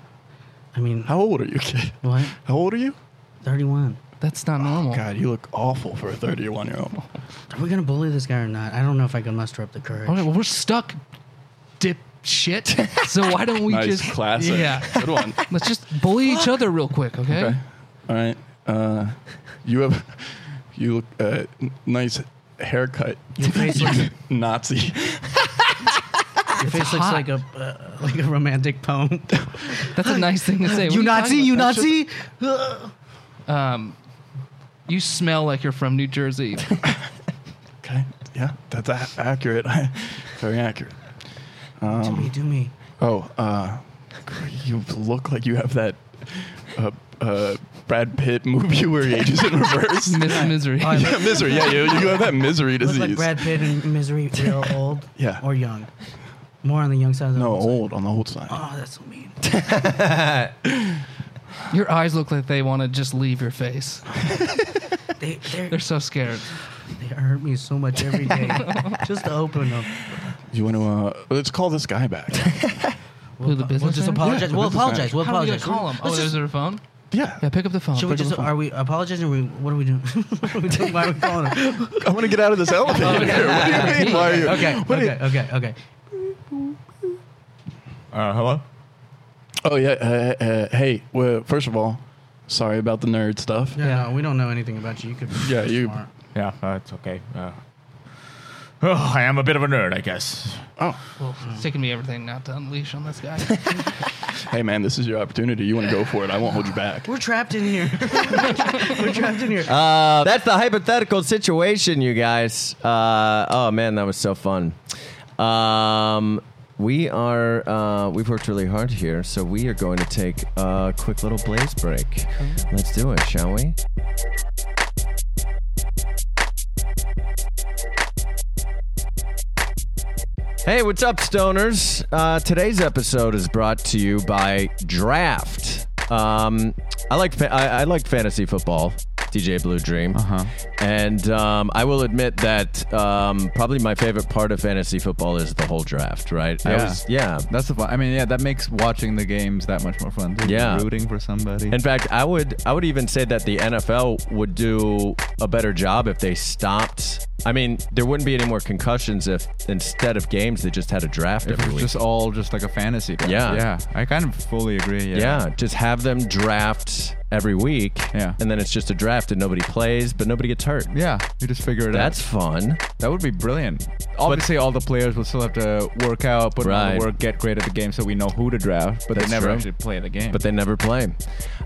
Speaker 6: I mean,
Speaker 5: How old are you, kid?
Speaker 6: what?
Speaker 5: How old are you?
Speaker 6: Thirty-one.
Speaker 7: That's
Speaker 6: Oh,
Speaker 7: not normal.
Speaker 5: God, you look awful for a 31 year old.
Speaker 6: Are we gonna bully this guy or not? I don't know if I can muster up the courage.
Speaker 7: All right, well, we're stuck, dip shit. So why don't we
Speaker 5: nice
Speaker 7: just
Speaker 5: classic.
Speaker 7: Yeah,
Speaker 5: Good one.
Speaker 7: let's just bully each other real quick, okay?
Speaker 5: Okay. All right. Uh, you have you look uh, n- nice haircut.
Speaker 6: Your face looks, your
Speaker 5: Nazi.
Speaker 6: face looks
Speaker 7: hot.
Speaker 6: like a uh, like a romantic poem.
Speaker 7: That's a nice thing to say. What are
Speaker 6: you Nazi,
Speaker 7: talking
Speaker 6: you
Speaker 7: about?
Speaker 6: Nazi.
Speaker 7: Um, you smell like you're from New Jersey.
Speaker 5: Okay. Yeah, that's a- accurate. Very accurate.
Speaker 6: Uh, do me, do me.
Speaker 5: Oh, uh, you look like you have that uh, uh, Brad Pitt movie where he ages in reverse.
Speaker 7: Miss Misery.
Speaker 5: yeah, misery. Yeah, you, you have that misery
Speaker 6: Look
Speaker 5: disease.
Speaker 6: like Brad Pitt in Misery, real old.
Speaker 5: Yeah.
Speaker 6: Or young. More on the young side of the
Speaker 5: no,
Speaker 6: old side.
Speaker 5: old on the old side.
Speaker 6: Oh, that's so mean.
Speaker 7: Your eyes look like they want to just leave your face.
Speaker 6: They they're-
Speaker 7: They're so scared.
Speaker 6: they hurt me so much every day. Just to open them.
Speaker 5: You want to? Uh, let's call this guy back.
Speaker 7: Who, the
Speaker 6: We'll
Speaker 7: business
Speaker 6: just
Speaker 7: manager?
Speaker 6: apologize.
Speaker 5: Yeah,
Speaker 6: we'll
Speaker 5: the business
Speaker 6: apologize. We'll
Speaker 7: How are we gonna
Speaker 6: apologize.
Speaker 7: call him? Oh,
Speaker 6: Let's
Speaker 7: there's
Speaker 6: just-
Speaker 7: their phone.
Speaker 5: yeah.
Speaker 7: Yeah, pick up the phone.
Speaker 6: Should we just? Are we apologizing? Or we, what are we doing? What are we doing? Why are we calling him?
Speaker 5: I want to get out of this elevator. What do you mean? Why are you?
Speaker 6: Okay.
Speaker 5: What do you-
Speaker 6: Okay. Okay. Okay.
Speaker 10: Uh, hello?
Speaker 5: oh yeah. Uh, uh, hey. Well, first of all, sorry about the nerd stuff.
Speaker 6: Yeah, No, we don't know anything about you. You could. be
Speaker 5: Yeah, you-
Speaker 6: smart.
Speaker 10: Yeah, uh, it's okay. Uh, oh, I am a bit of a nerd, I guess.
Speaker 5: Oh,
Speaker 7: Well, it's taking me everything not to unleash on this guy.
Speaker 5: hey man, this is your opportunity. You want to go for it? I won't hold you back.
Speaker 6: We're trapped in here. We're trapped in here.
Speaker 3: Uh, that's the hypothetical situation, you guys. Uh, oh man, that was so fun. Um, we are uh, we've worked really hard here, so we are going to take a quick little blaze break. Let's do it, shall we? Hey, what's up, stoners? Uh, today's episode is brought to you by Draft. Um, I like fa- I, I like fantasy football, DJ Blue Dream,
Speaker 4: Uh-huh.
Speaker 3: and um, I will admit that um, probably my favorite part of fantasy football is the whole draft. Right? I
Speaker 4: Yeah.
Speaker 3: was- yeah.
Speaker 4: That's the fun. I mean, yeah, that makes watching the games that much more fun. too.
Speaker 3: Yeah.
Speaker 4: Rooting for somebody.
Speaker 3: In fact, I would I would even say that the NFL would do a better job if they stopped. I mean, there wouldn't be any more concussions if instead of games they just had a draft
Speaker 4: if
Speaker 3: every
Speaker 4: it's
Speaker 3: week.
Speaker 4: just all just like a fantasy. Draft.
Speaker 3: Yeah.
Speaker 4: Yeah. I kind of fully agree.
Speaker 3: Yeah, just have them draft every week.
Speaker 4: Yeah.
Speaker 3: And then it's just a draft and nobody plays, but nobody gets hurt.
Speaker 4: Yeah, you just figure it
Speaker 3: That's
Speaker 4: out.
Speaker 3: fun.
Speaker 4: That would be brilliant. Obviously, all the players will still have to work out, put in all
Speaker 3: Right.
Speaker 4: the work, get great at the game, so we know who to draft. But
Speaker 3: That's
Speaker 4: they never
Speaker 3: true.
Speaker 4: actually play the game.
Speaker 3: But they never play.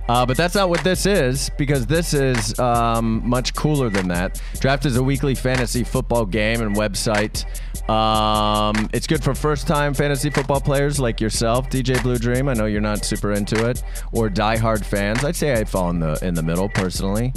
Speaker 3: Uh, but that's not what this is, because this is um, much cooler than that. Draft is a weekly fantasy football game and website. Um, it's good for first time fantasy football players like yourself, DJ Blue Dream. I know you're not super into it, or diehard fans. I'd say I fall in the in the middle personally.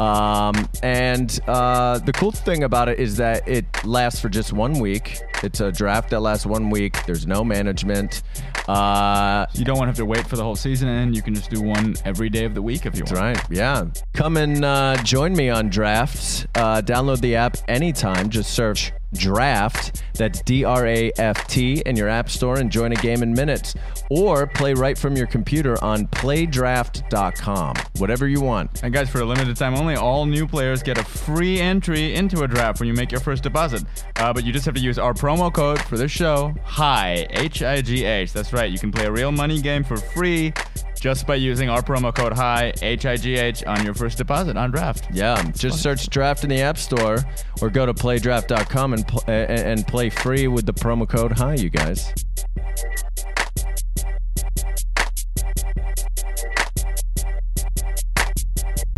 Speaker 3: Um, and uh, the cool thing about it is that it lasts for just one week. It's a draft that lasts one week. There's no management. Uh,
Speaker 4: you don't want to have to wait for the whole season, and you can just do one every day of the week if you want.
Speaker 3: That's right. Yeah. Come and uh, join me on Draft. Uh, download the app anytime. Just search Draft. That's D R A F T in your app store and join a game in minutes. Or play right from your computer on playdraft.com. Whatever you want.
Speaker 4: And guys, for a limited time only, all new players get a free entry into a draft when you make your first deposit. Uh, but you just have to use our promo code for this show, HI, H I G H. That's right, you can play a real money game for free just by using our promo code HI, H I G H, on your first deposit on draft.
Speaker 3: Yeah, just search draft in the app store or go to playdraft.com and pl- a- a- and play free with the promo code hi you guys.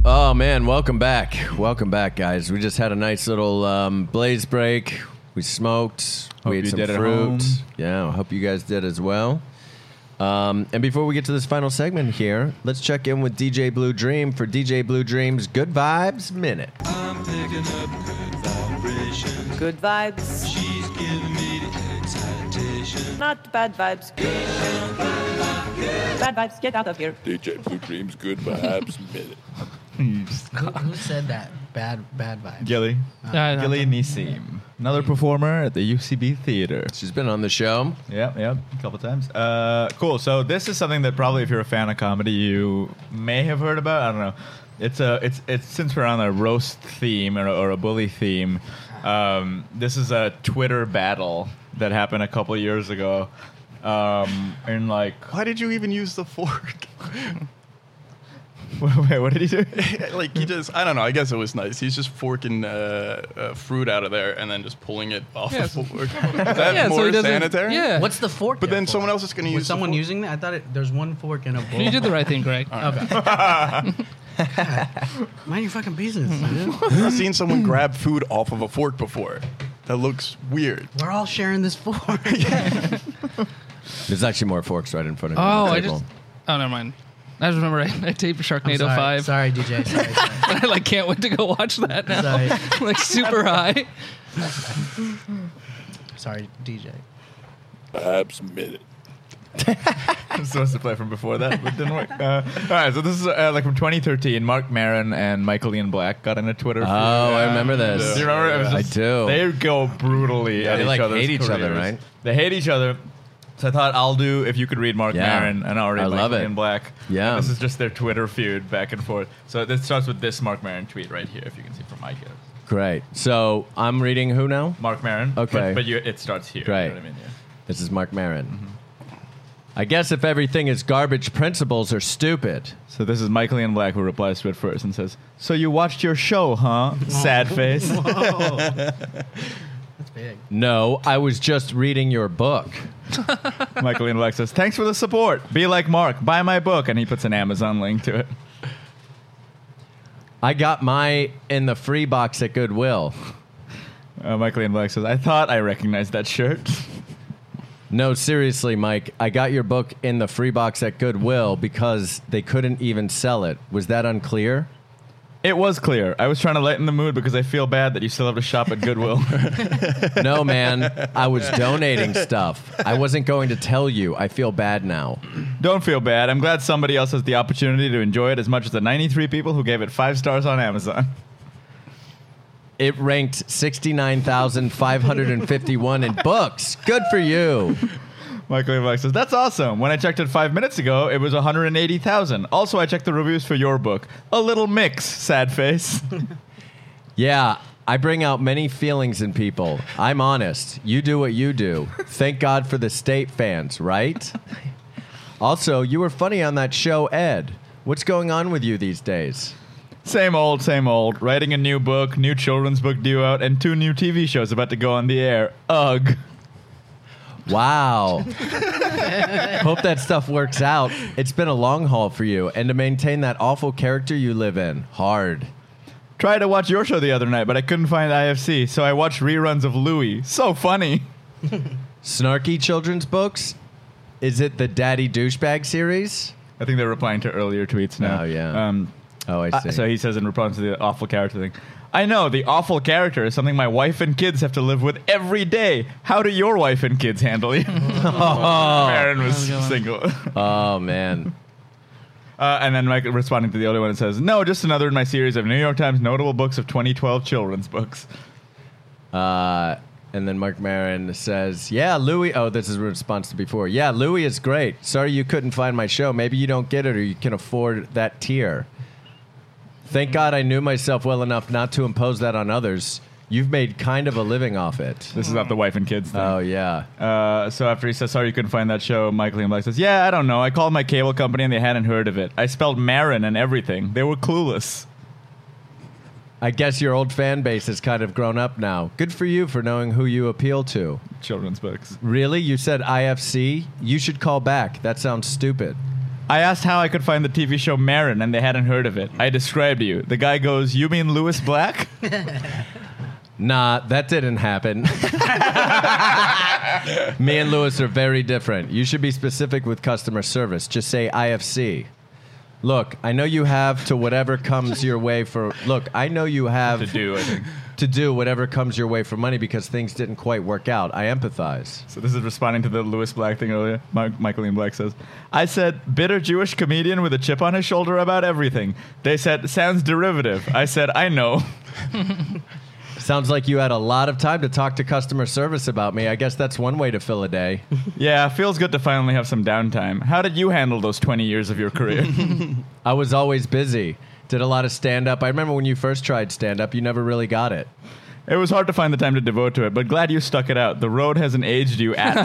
Speaker 3: Oh man, welcome back. Welcome back guys. We just had a nice little um, blaze break. We smoked.
Speaker 4: Hope
Speaker 3: we ate
Speaker 4: you
Speaker 3: some
Speaker 4: did at
Speaker 3: fruit.
Speaker 4: home.
Speaker 3: Yeah, I hope you guys did as well. Um, and before we get to this final segment here, let's check in with DJ Blue Dream for DJ Blue Dream's Good Vibes Minute.
Speaker 12: Good vibes. She's giving me the excitation. Not bad vibes. Bad vibes, get out of here.
Speaker 9: DJ Blue Dreams, good vibes, minute.
Speaker 6: Who, who said that? Bad, bad vibe.
Speaker 4: Mm, Gilly.
Speaker 6: I don't
Speaker 4: Gilly
Speaker 6: know.
Speaker 4: Nisim. Another performer at the UCB Theater.
Speaker 3: She's been on the show.
Speaker 4: Yep, yep, a couple times. Uh, cool. So this is something that probably, if you're a fan of comedy, you may have heard about. I don't know. It's a it's it's since we're on a roast theme or, a- or a bully theme. Um, this is a Twitter battle that happened a couple years ago. Um, and like,
Speaker 5: Why did you even use the fork?
Speaker 4: wait, what did he do?
Speaker 5: like he just, I don't know. I guess it was nice. He's just forking uh, uh, fruit out of there and then just pulling it off
Speaker 7: Yeah,
Speaker 5: the
Speaker 7: so-
Speaker 5: fork. Is that
Speaker 7: Yeah, so
Speaker 5: more
Speaker 7: he doesn't-
Speaker 5: sanitary?
Speaker 7: yeah.
Speaker 6: What's the fork?
Speaker 5: But
Speaker 6: there
Speaker 5: then
Speaker 6: for?
Speaker 5: someone else is going to
Speaker 6: Was
Speaker 5: use. the
Speaker 6: someone
Speaker 5: fork.
Speaker 6: using that? I thought it, there's one fork in a bowl.
Speaker 7: You did the right thing, Greg.
Speaker 6: Mind your fucking business. dude.
Speaker 5: I've seen someone grab food off of a fork before. That looks weird.
Speaker 6: We're all sharing this fork.
Speaker 3: There's actually more forks right in front of you.
Speaker 7: Oh,
Speaker 3: on the
Speaker 7: I
Speaker 3: table.
Speaker 7: just. Oh, never mind. I just remember I, I taped
Speaker 6: I'm
Speaker 7: Sharknado
Speaker 6: sorry.
Speaker 7: oh Five.
Speaker 6: Sorry, DJ. Sorry, sorry.
Speaker 7: I like can't wait to go watch that now.
Speaker 6: Sorry.
Speaker 7: I'm, like super high.
Speaker 6: sorry, DJ.
Speaker 9: Vibes, minute.
Speaker 4: I'm supposed to play from before that, but it didn't work. Uh, all right, so this is uh, like from 2013. Mark Maron and Michael Ian Black got in a Twitter.
Speaker 3: Oh,
Speaker 4: feud.
Speaker 3: I
Speaker 4: Yeah.
Speaker 3: remember this.
Speaker 4: Do you remember? It was
Speaker 3: I
Speaker 4: just-
Speaker 3: do.
Speaker 4: They go brutally
Speaker 3: Yeah,
Speaker 4: at
Speaker 3: they,
Speaker 4: each
Speaker 3: like,
Speaker 4: other's
Speaker 3: hate each other,
Speaker 4: careers.
Speaker 3: right?
Speaker 4: They hate each other. So I thought I'll do if you could read Mark
Speaker 3: Yeah.
Speaker 4: Maron and I'll read
Speaker 3: I
Speaker 4: Michael
Speaker 3: love it.
Speaker 4: Ian Black.
Speaker 3: Yeah.
Speaker 4: This is just their Twitter feud back and forth. So this starts with this Mark Maron tweet right here, if you can see from my here.
Speaker 3: Great. So I'm reading who now?
Speaker 4: Mark Maron.
Speaker 3: Okay.
Speaker 4: But, but you, it starts here.
Speaker 3: Right.
Speaker 4: You know what I mean? Yeah.
Speaker 3: This is Mark Marin. I guess if everything is garbage, principles are stupid.
Speaker 4: So this is Michael Ian Black who replies to it first and says, "So you watched your show, huh? Sad face."
Speaker 6: That's big.
Speaker 3: No, I was just reading your book.
Speaker 4: Michael and Alexis, thanks for the support. Be like Mark. Buy my book. And he puts an Amazon link to it.
Speaker 3: I got my in the free box at Goodwill.
Speaker 4: Uh, Michael and Black says, I thought I recognized that shirt.
Speaker 3: No, seriously, Mike. I got your book in the free box at Goodwill because they couldn't even sell it. Was that unclear?
Speaker 4: It was clear. I was trying to lighten the mood because I feel bad that you still have to shop at Goodwill.
Speaker 3: no, man. I was donating stuff. I wasn't going to tell you. I feel bad now.
Speaker 4: Don't feel bad. I'm glad somebody else has the opportunity to enjoy it as much as the 93 people who gave it five stars on Amazon.
Speaker 3: It ranked 69,551 in books. Good for you.
Speaker 4: Michael and Black says, That's awesome. When I checked it five minutes ago, it was 180,000. Also, I checked the reviews for your book. A little mix, sad face.
Speaker 3: Yeah, I bring out many feelings in people. I'm honest. You do what you do. Thank God for the state fans, right? Also, you were funny on that show, Ed. What's going on with you these days?
Speaker 4: Same old, same old. Writing a new book, new children's book due out, and two new TV shows about to go on the air. Ugh.
Speaker 3: Wow. Hope that stuff works out. It's been a long haul for you, and to maintain that awful character you live in, hard.
Speaker 4: Tried to watch your show the other night, but I couldn't find IFC, so I watched reruns of Louie. So funny.
Speaker 3: Snarky children's books? Is it the Daddy Douchebag series?
Speaker 4: I think they're replying to earlier tweets now.
Speaker 3: Oh, yeah.
Speaker 4: Um,
Speaker 3: oh, I
Speaker 4: uh,
Speaker 3: see.
Speaker 4: so he says in response to the awful character thing, I know the awful character is something my wife and kids have to live with every day. How do your wife and kids handle you? Aaron was
Speaker 3: That was a good one.
Speaker 4: single.
Speaker 3: oh man.
Speaker 4: Uh, and then Mike responding to the other one and says, "No, just another in my series of New York Times notable books of 2012 children's books."
Speaker 3: Uh, and then Mark Marin says, Yeah, Louis. Oh, this is a response to before. Yeah, Louis is great. Sorry you couldn't find my show. Maybe you don't get it or you can afford that tier. Thank God I knew myself well enough not to impose that on others. You've made kind of a living off it.
Speaker 4: This is not the wife and kids. Thing. Oh
Speaker 3: yeah.
Speaker 4: Uh, so after he says, "Sorry, you couldn't find that show," Michael and Black says, "Yeah, I don't know. I called my cable company and they hadn't heard of it. I spelled Marin and everything. They were clueless."
Speaker 3: I guess your old fan base has kind of grown up now. Good for you for knowing who you appeal to.
Speaker 4: Children's books.
Speaker 3: Really? You said IFC? You should call back. That sounds stupid.
Speaker 4: I asked how I could find the TV show Marin and they hadn't heard of it. I described you. The guy goes, "You mean Lewis Black?"
Speaker 3: Nah, that didn't happen. Me and Lewis are very different. You should be specific with customer service. Just say IFC. Look, I know you have to whatever comes your way for. Look, I know you have to
Speaker 4: do. I think.
Speaker 3: To do whatever comes your way for money because things didn't quite work out. I empathize.
Speaker 4: So this is responding to the Lewis Black thing earlier. Mi- Michael Ian Black says, "I said bitter Jewish comedian with a chip on his shoulder about everything." They said sounds derivative. I said I know.
Speaker 3: Sounds like you had a lot of time to talk to customer service about me. I guess that's one way to fill a day.
Speaker 4: yeah, feels good to finally have some downtime. How did you handle those twenty years of your career?
Speaker 3: I was always busy. Did a lot of stand up. I remember when you first tried stand up, you never really got it.
Speaker 4: It was hard to find the time to devote to it, but glad you stuck it out. The road hasn't aged you at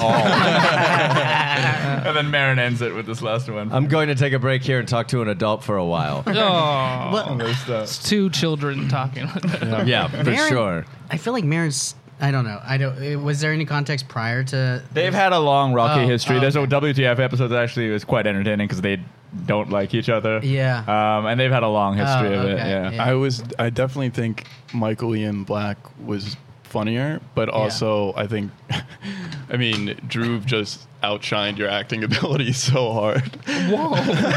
Speaker 4: all. and then Marin ends it with this last one.
Speaker 3: I'm going to take a break here and talk to an adult for a while.
Speaker 7: Oh,
Speaker 4: it's
Speaker 7: two children talking.
Speaker 3: Yeah, for
Speaker 6: Marin-
Speaker 3: sure.
Speaker 6: I feel like Marin's. I don't know. I don't. eh, Was there any context prior to?
Speaker 4: They've had a long rocky
Speaker 6: Oh,
Speaker 4: history.
Speaker 6: oh,
Speaker 4: There's a WTF episode that actually was quite entertaining because they don't like each other.
Speaker 6: Yeah.
Speaker 4: Um, and they've had a long history of it. Yeah.
Speaker 5: I was. I definitely think Michael Ian Black was funnier, but also I think, I mean, Drew just outshined your acting ability so hard.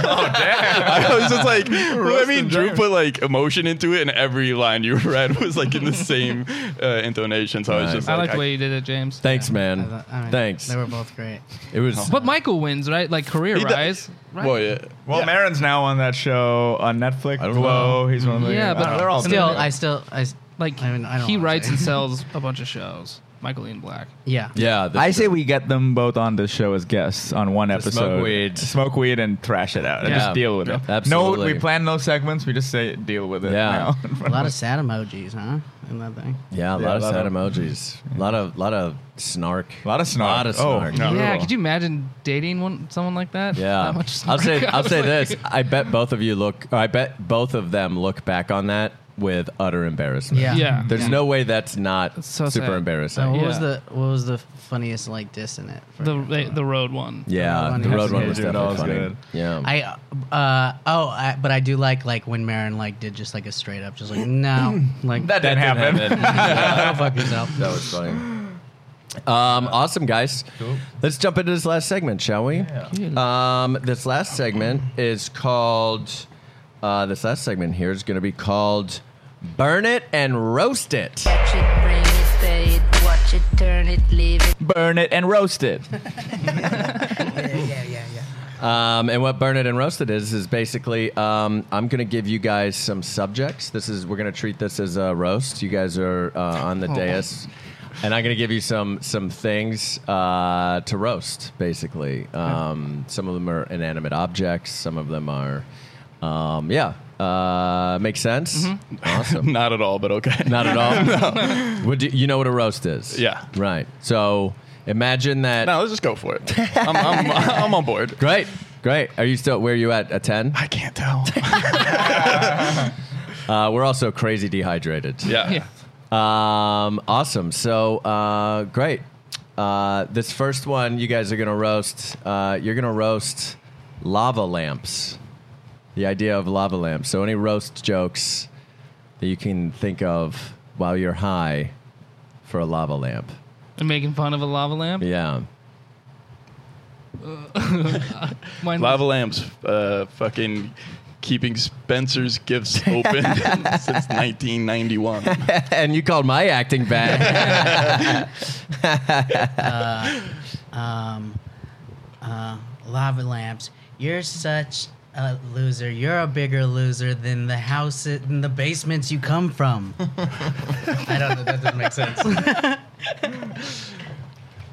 Speaker 5: I was just like, I mean, Drew put like emotion into it, and every line you read was like in the same uh, intonation. So I was just
Speaker 7: I
Speaker 5: like,
Speaker 7: like the way you did it, James.
Speaker 3: Thanks, man.
Speaker 6: I mean,
Speaker 3: Thanks.
Speaker 6: They were both great.
Speaker 3: It was.
Speaker 7: But Michael wins, right? Like career
Speaker 4: He do-
Speaker 7: rise. Right?
Speaker 4: Well, Marin's now on that show on Netflix. I Glow. He's one of the.
Speaker 7: yeah,
Speaker 4: I don't
Speaker 7: but
Speaker 4: know, they're all
Speaker 7: still,
Speaker 4: doing it.
Speaker 7: I
Speaker 6: still, I
Speaker 7: like.
Speaker 6: mean, I don't
Speaker 7: he
Speaker 6: wanna
Speaker 7: writes
Speaker 6: say.
Speaker 7: and sells a bunch of shows. Michael Ian Black.
Speaker 6: Yeah.
Speaker 3: Yeah,
Speaker 4: I say we get them both on this show as guests on one
Speaker 3: To
Speaker 4: episode.
Speaker 3: smoke weed.
Speaker 4: smoke weed, and thrash it out, and
Speaker 3: Yeah.
Speaker 4: just deal with it.
Speaker 3: Absolutely.
Speaker 4: No, we plan no segments. We just say deal with it.
Speaker 3: Yeah.
Speaker 6: a lot of sad emojis, huh? In that thing.
Speaker 3: Yeah, a lot
Speaker 4: Yeah,
Speaker 3: of
Speaker 4: a lot
Speaker 3: sad
Speaker 4: of-
Speaker 3: emojis. A lot of lot of snark. A
Speaker 4: lot of snark.
Speaker 3: lot of
Speaker 4: Oh,
Speaker 3: snark.
Speaker 7: yeah, could you imagine dating one someone like that?
Speaker 3: Yeah.
Speaker 7: That much
Speaker 3: I'll
Speaker 7: smoke?
Speaker 3: say
Speaker 7: I
Speaker 3: I'll
Speaker 7: was
Speaker 3: say
Speaker 7: like-
Speaker 3: this. I bet both of you look or I bet both of them look back on that with utter embarrassment.
Speaker 6: Yeah. Yeah.
Speaker 3: There's
Speaker 6: Yeah.
Speaker 3: no way that's not
Speaker 7: so
Speaker 3: super
Speaker 7: sad.
Speaker 3: embarrassing.
Speaker 6: Uh, what was the what was the funniest like diss in it?
Speaker 7: The they, the road one.
Speaker 3: Yeah, the road one was definitely funny. Yeah.
Speaker 6: I uh oh, I, but I do like like when Marin like did just like a straight up just like no like
Speaker 3: That didn't happen.
Speaker 6: Go fuck yourself.
Speaker 3: That was funny. Um, awesome, guys. Let's jump into this last segment, shall we? Um, this last segment is called. Uh, this last segment here is going to be called "Burn It and Roast It."
Speaker 13: Catch it, bring it, pay it, watch it, turn it, leave it.
Speaker 3: Burn it and roast it.
Speaker 13: yeah, yeah, yeah.
Speaker 3: Um, and what burn it and roast it is is basically um, I'm going to give you guys some subjects. This is we're going to treat this as a roast. You guys are uh, on the
Speaker 14: Oh.
Speaker 3: dais, and I'm going to give you some some things uh, to roast. Basically, um, some of them are inanimate objects. Some of them are, um, yeah. Uh, makes sense. Awesome.
Speaker 5: Not at all, but okay.
Speaker 3: Not at all.
Speaker 5: No.
Speaker 3: Would you, you know what a roast is? Yeah. Right. So imagine that. No,
Speaker 5: let's just go for it. I'm, I'm, I'm on board.
Speaker 3: Great, great. Are you still? Where are you at? A ten? I
Speaker 5: can't tell.
Speaker 3: uh, we're also crazy dehydrated.
Speaker 5: Yeah.
Speaker 3: Um, awesome. So uh, great. Uh, this first one, you guys are gonna roast. Uh, you're gonna roast lava lamps. The idea of lava lamps. So any roast jokes that you can think of while you're high for a lava lamp.
Speaker 7: And making fun of a lava lamp.
Speaker 3: Yeah.
Speaker 7: Mine
Speaker 5: Lava lamps, uh, fucking keeping Spencer's gifts open since 1991.
Speaker 3: and you called my acting bad.
Speaker 6: uh, um, uh, lava lamps. You're such a loser. You're a bigger loser than the house in the basements you come from. I don't know. That doesn't make sense.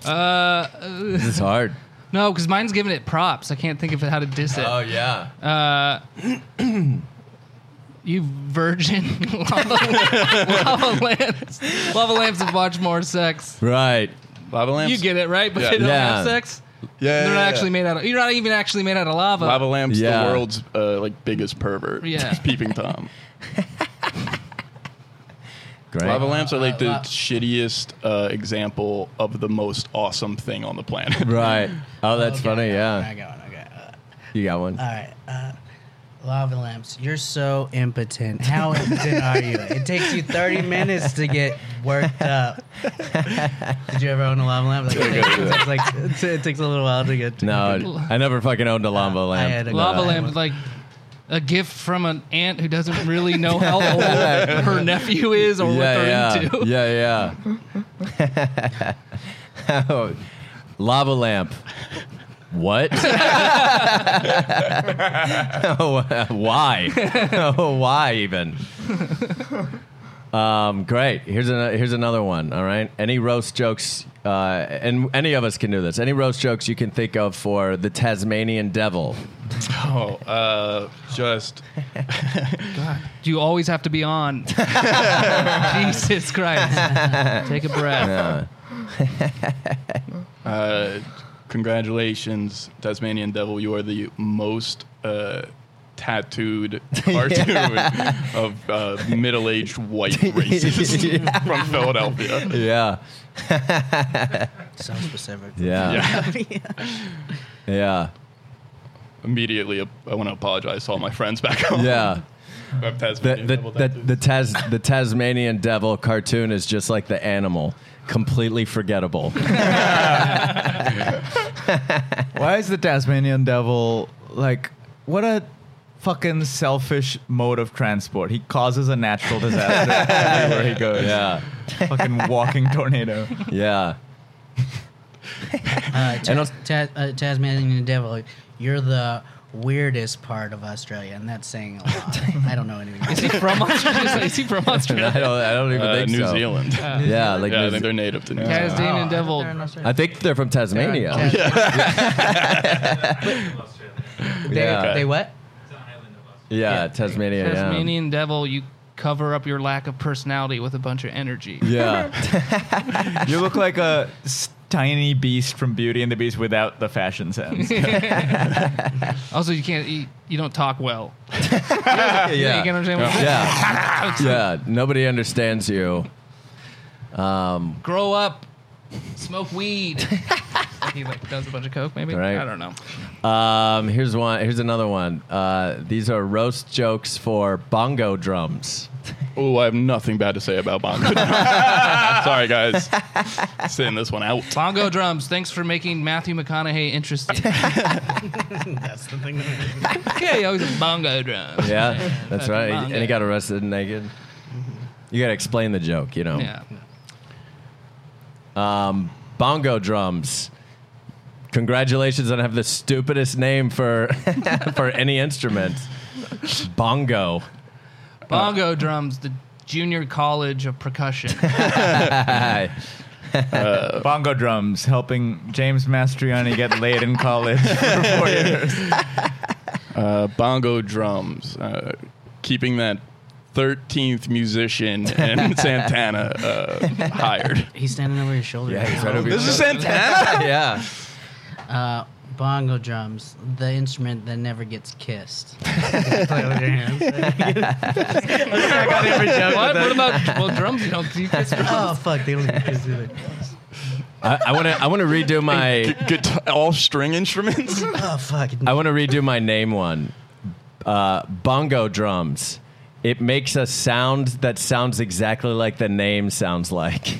Speaker 7: Uh,
Speaker 3: this is hard.
Speaker 7: No, because mine's giving it props. I can't think of how to diss it.
Speaker 3: Oh, yeah.
Speaker 7: Uh, you virgin lava, lava lamps. Lava lamps have watched more sex.
Speaker 3: right.
Speaker 5: Lava lamps.
Speaker 7: You get it right, but
Speaker 5: Yeah.
Speaker 7: they don't
Speaker 5: Yeah.
Speaker 7: have sex.
Speaker 5: Yeah,
Speaker 7: they're
Speaker 5: yeah,
Speaker 7: not
Speaker 5: yeah.
Speaker 7: actually made out of. You're not even actually made out of lava.
Speaker 5: Lava lamps,
Speaker 3: Yeah.
Speaker 5: the world's uh, like biggest pervert.
Speaker 7: Yeah.
Speaker 5: peeping tom.
Speaker 3: Great.
Speaker 5: Lava lamps are like the
Speaker 3: Uh, uh,
Speaker 5: shittiest uh, example of the most awesome thing on the planet.
Speaker 3: Right. Oh, that's
Speaker 5: Okay,
Speaker 3: funny.
Speaker 5: I
Speaker 3: Yeah.
Speaker 5: got one, I
Speaker 6: got one.
Speaker 3: You got one.
Speaker 6: All right. Uh, lava lamps. You're so impotent. How impotent are you? It takes you 30 minutes to get worked up. Did you ever own a lava lamp? Like, it, takes, it takes like it, takes a little while to get. To
Speaker 3: No, I never fucking owned a lava lamp.
Speaker 6: had a
Speaker 7: lava
Speaker 6: Uh,
Speaker 7: lamp is like a gift from an aunt who doesn't really know how old her nephew is or what they're
Speaker 3: yeah,
Speaker 7: into.
Speaker 3: yeah, yeah, yeah. Oh, lava lamp. What? oh, uh, why? oh, why even? Um, great. Here's an, here's another one. All right. Any roast jokes, uh, and any of us can do this. Any roast jokes you can think of for the Tasmanian devil.
Speaker 5: Oh, uh, just
Speaker 7: God, do you always have to be on? Jesus Christ. Take a breath.
Speaker 5: uh, congratulations, Tasmanian Devil. You are the most uh, tattooed cartoon of uh, middle aged white racist from Philadelphia.
Speaker 3: Yeah.
Speaker 6: So specific.
Speaker 3: Yeah. Yeah.
Speaker 5: Immediately, I want to apologize to all my friends back home.
Speaker 3: Yeah.
Speaker 5: Who have
Speaker 3: The,
Speaker 5: Tasmanian
Speaker 3: the,
Speaker 5: Devil
Speaker 3: the, the, Tas, the Tasmanian devil cartoon is just like the animal, completely forgettable.
Speaker 4: Why is the Tasmanian devil like what a fucking selfish mode of transport? He causes a natural disaster everywhere he goes.
Speaker 3: Yeah.
Speaker 4: Fucking walking tornado.
Speaker 3: Yeah.
Speaker 6: Uh, ta-
Speaker 4: And also-
Speaker 6: ta- uh, Tasmanian devil. You're the weirdest part of Australia, and that's saying a lot. I don't know anything.
Speaker 7: Is he from Australia? Is he from Australia?
Speaker 3: I don't, I don't even
Speaker 5: Uh,
Speaker 3: think
Speaker 5: New
Speaker 3: so.
Speaker 5: Zealand.
Speaker 3: Yeah,
Speaker 5: New Zealand?
Speaker 3: like
Speaker 5: Yeah, I
Speaker 3: New
Speaker 5: think they're native to New
Speaker 7: Guys,
Speaker 5: Zealand.
Speaker 7: Damon Devil.
Speaker 3: I think they're from Tasmania.
Speaker 7: They're on
Speaker 6: They- they what?
Speaker 3: Yeah, Tasmania. yeah.
Speaker 7: Tasmanian Devil, you cover up your lack of personality with a bunch of energy.
Speaker 4: Yeah. you look like a s- tiny beast from Beauty and the Beast without the fashion sense.
Speaker 7: also, you can't. You, you don't talk well. yeah. You can understand what I'm saying?
Speaker 3: yeah. yeah. Nobody understands you. Um,
Speaker 7: Grow up. Smoke weed. he like does a bunch of coke, maybe.
Speaker 3: Right.
Speaker 7: I don't know.
Speaker 3: Um, here's one. Here's another one. Uh, these are roast jokes for bongo drums.
Speaker 5: Oh, I have nothing bad to say about bongo. Sorry, guys. Send this one out.
Speaker 7: Bongo drums. Thanks for making Matthew McConaughey interesting.
Speaker 6: That's the thing.
Speaker 7: yeah, he always has bongo drums.
Speaker 3: Yeah, that's
Speaker 7: fucking
Speaker 3: right.
Speaker 7: bongo.
Speaker 3: And he got arrested naked. You got to explain the joke, you know.
Speaker 7: Yeah.
Speaker 3: Um, bongo drums. Congratulations on have the stupidest name for for any instrument. Bongo.
Speaker 7: Bongo drums. The junior college of percussion.
Speaker 4: Bongo drums helping James Mastriani get laid in college.
Speaker 5: Uh, bongo drums. Uh, keeping that 13th musician and Santana uh, hired.
Speaker 6: He's standing over your shoulder.
Speaker 5: Yeah, he's right
Speaker 6: Oh,
Speaker 5: over your This is shoulder. Santana?
Speaker 3: yeah.
Speaker 6: Uh, bongo drums, the instrument that never gets kissed. Play with your hands.
Speaker 7: What? What about well drums? You don't you kiss drums.
Speaker 6: Oh fuck! They don't get kissed either.
Speaker 3: I want to. I want to redo my
Speaker 5: all string instruments.
Speaker 6: Oh fuck!
Speaker 3: I want to redo my name one. Uh, bongo drums. It makes a sound that sounds exactly like the name sounds like.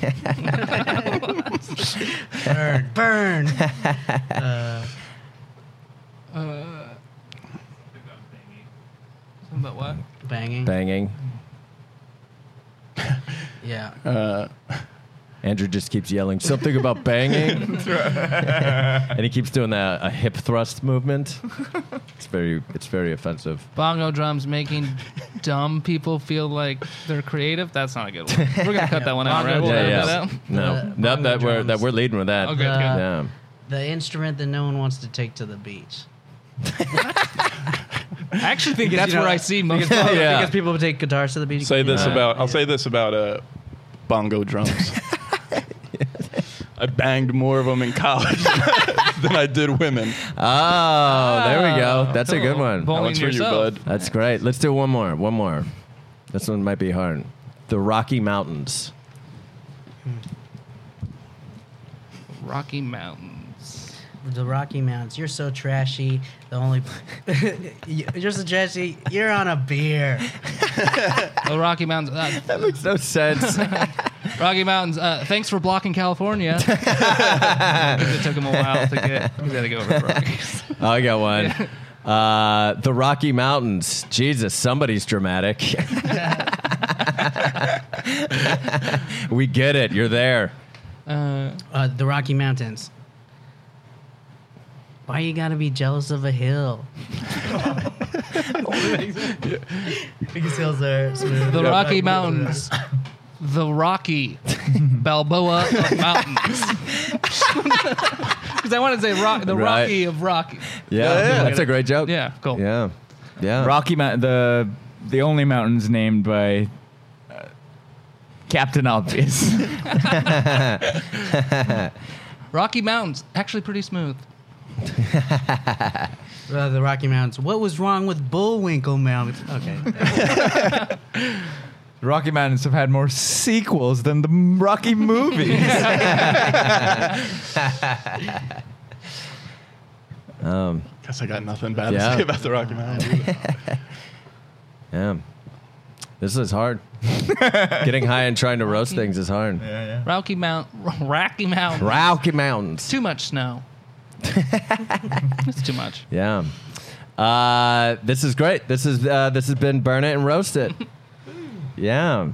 Speaker 6: burn, burn. Uh,
Speaker 7: Uh, something about what?
Speaker 6: banging.
Speaker 3: Banging.
Speaker 6: Yeah.
Speaker 3: Uh, Andrew just keeps yelling something about banging, and he keeps doing that a hip thrust movement. It's very, it's very offensive.
Speaker 7: Bongo drums making dumb people feel like they're creative. That's not a good one. We're gonna cut that one out, right? We'll edit that out.
Speaker 3: No,
Speaker 6: Uh,
Speaker 3: no, that we're that
Speaker 6: drums.
Speaker 3: we're leading with that.
Speaker 7: Okay, good.
Speaker 3: Yeah.
Speaker 6: The instrument that no one wants to take to the beach.
Speaker 7: I actually think
Speaker 6: Because,
Speaker 7: that's
Speaker 6: you know,
Speaker 7: where I see most.
Speaker 6: Because, people-
Speaker 5: Yeah.
Speaker 6: because people take guitars to the beach. Uh,
Speaker 5: Say this
Speaker 6: Yeah.
Speaker 5: about. I'll say this about uh, bongo drums. I banged more of them in college than I did women.
Speaker 3: Oh, there we
Speaker 7: Ah.
Speaker 3: go. That's a good
Speaker 5: cool.
Speaker 3: one.
Speaker 5: Bowling That one's for you, yourself. bud.
Speaker 3: That's great. Let's do one more. One more. This one might be hard. The Rocky Mountains.
Speaker 7: Rocky Mountains.
Speaker 6: the Rocky Mountains. You're so trashy. The only you're so trashy. You're on a beer.
Speaker 7: The Rocky Mountains. Uh,
Speaker 3: That makes no sense.
Speaker 7: Rocky Mountains. Uh, thanks for blocking California. it took him a while to get. He's got to go over to Rockies.
Speaker 3: Oh, I got one. Uh, the Rocky Mountains. Jesus, somebody's dramatic. we get it. You're there.
Speaker 7: Uh,
Speaker 6: the Rocky Mountains. Why you gotta be jealous of a hill? because hills are smooth.
Speaker 7: The Rocky Mountains. The Rocky Balboa of Mountains. Because I want to say rock, the
Speaker 3: Right.
Speaker 7: Rocky of Rocky.
Speaker 3: Yeah, that's a great joke.
Speaker 7: Yeah, cool.
Speaker 3: Yeah, yeah.
Speaker 4: Rocky Mountain, the the only mountains named by uh, Captain Obvious.
Speaker 7: Rocky Mountains, actually pretty smooth.
Speaker 6: Uh, the Rocky Mountains. What was wrong with Bullwinkle Mountains? Okay.
Speaker 4: The Rocky Mountains have had more sequels than the Rocky movies.
Speaker 3: Um,
Speaker 5: Guess I got nothing bad
Speaker 3: Yeah.
Speaker 5: to say about the Rocky Mountains.
Speaker 3: yeah. This is hard. Getting high and trying to roast things is hard.
Speaker 7: Rocky Mount, Rocky Mountains.
Speaker 3: Rocky Mountains.
Speaker 7: Too much snow. it's too much.
Speaker 3: Yeah. Uh, this is great. This is uh, this has been burn it and roast it. yeah.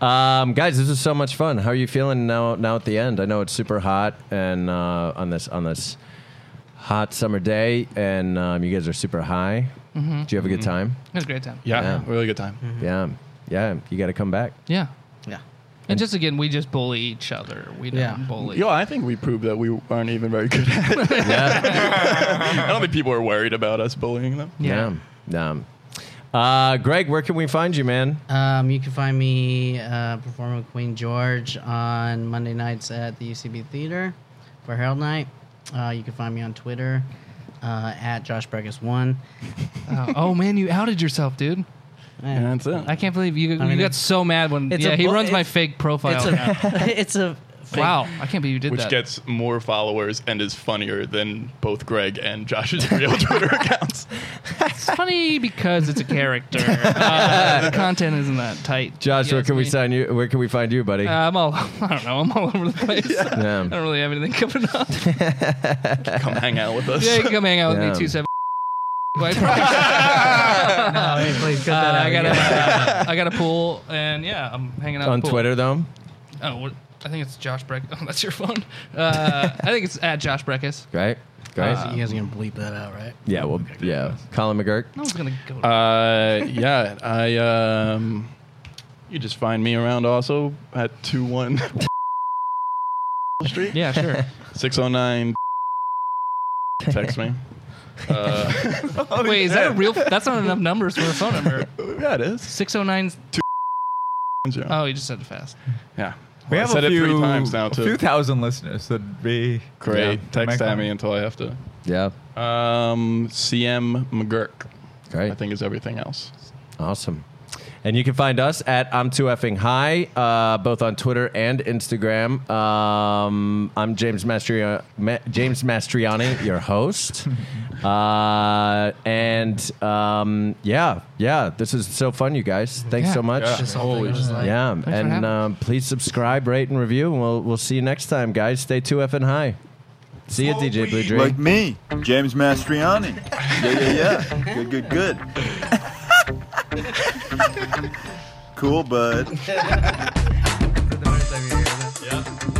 Speaker 3: Um, guys, this is so much fun. How are you feeling now? Now at the end, I know it's super hot and uh, on this on this hot summer day, and um, you guys are super high.
Speaker 7: Mhm.
Speaker 3: Do you have a good time?
Speaker 7: It was a great time.
Speaker 5: really good time.
Speaker 3: Yeah, yeah. You got to come back.
Speaker 7: Yeah.
Speaker 6: Yeah.
Speaker 7: And just again, we just bully each other. We don't bully.
Speaker 5: Yo, I think we proved that we aren't even very good at it. I don't think people are worried about us bullying them.
Speaker 3: Yeah. yeah. Uh, Greg, where can we find you, man?
Speaker 7: Uh,
Speaker 6: Um, you can find me uh, performing with Queen George on Monday nights at the UCB Theater for Herald Night. Uh, you can find me on Twitter uh, at Josh Burgess one.
Speaker 7: Uh, oh man, you outed yourself, dude.
Speaker 5: that's it.
Speaker 7: I can't believe you,
Speaker 6: I mean,
Speaker 7: you got
Speaker 6: it's-
Speaker 7: so mad when
Speaker 6: it's
Speaker 7: yeah
Speaker 6: a
Speaker 7: he
Speaker 6: bu-
Speaker 7: runs my
Speaker 6: it's-
Speaker 7: fake profile.
Speaker 6: it's a-
Speaker 7: now.
Speaker 6: it's a
Speaker 7: wow. I can't believe you did
Speaker 5: Which
Speaker 7: that.
Speaker 5: gets more followers and is funnier than both Greg and Josh's real Twitter accounts.
Speaker 7: it's funny because it's a character. Uh, content isn't that tight.
Speaker 3: Josh, where
Speaker 7: Yes,
Speaker 3: can we
Speaker 7: me.
Speaker 3: sign you? Where can we find you, buddy?
Speaker 7: Uh, I'm all. I don't know. I'm all over the place.
Speaker 3: Yeah.
Speaker 7: I don't really have anything coming up.
Speaker 5: Come hang out with us.
Speaker 7: Yeah, you can come hang out with
Speaker 5: Yeah.
Speaker 7: me too. Seven. Wait, probably-
Speaker 6: No, wait, Oh, please cut that
Speaker 7: Uh, I
Speaker 6: out.
Speaker 7: got a,
Speaker 6: Oh, Yeah.
Speaker 7: uh, I got a pool, and yeah, I'm hanging out
Speaker 3: On
Speaker 7: at the pool.
Speaker 3: Twitter, though?
Speaker 7: Oh, what, I think it's Josh Breck. Oh, that's your phone. Uh, I think it's at Josh Breckus.
Speaker 3: Great. Great.
Speaker 7: Uh,
Speaker 6: you guys are gonna bleep that out, right?
Speaker 3: yeah, well, yeah. Colin McGurk.
Speaker 7: No one's gonna go.
Speaker 5: Uh, yeah, I um, you just find me around also at two one Street.
Speaker 7: Yeah, sure.
Speaker 5: Six oh nine. Text me. Uh,
Speaker 7: Wait, is that a real? That's not enough numbers for a phone number.
Speaker 5: yeah, it is.
Speaker 7: Six oh nine.
Speaker 5: zero.
Speaker 7: Oh, you just said it fast.
Speaker 5: yeah.
Speaker 4: We
Speaker 5: I
Speaker 4: have
Speaker 5: said
Speaker 4: a few,
Speaker 5: it three times now
Speaker 4: a
Speaker 5: too.
Speaker 4: few thousand listeners. That'd be
Speaker 5: Great.
Speaker 4: Yeah. Make
Speaker 5: Text at
Speaker 4: one.
Speaker 5: me until I have to.
Speaker 3: Yeah.
Speaker 5: Um, CM McGurk.
Speaker 3: Great.
Speaker 5: I think is everything else.
Speaker 3: Awesome. And you can find us at I'm Too Effing High, uh, both on Twitter and Instagram. Um, I'm James Mastria- Ma- James Mastriani, your host. Uh, and um, yeah, yeah, this is so fun, you guys. Thanks
Speaker 7: Yeah.
Speaker 3: so much.
Speaker 7: Yeah. This whole thing was like-
Speaker 3: yeah.
Speaker 7: Thanks for
Speaker 3: and
Speaker 7: having
Speaker 3: um, please subscribe, rate, and review. And we'll we'll see you next time, guys. Stay too effing high. See you, DJ Blue Dream.
Speaker 14: Like me, James Mastriani. Yeah, yeah, yeah. Good, good, good. cool, bud.
Speaker 6: Is that the first time you hear that?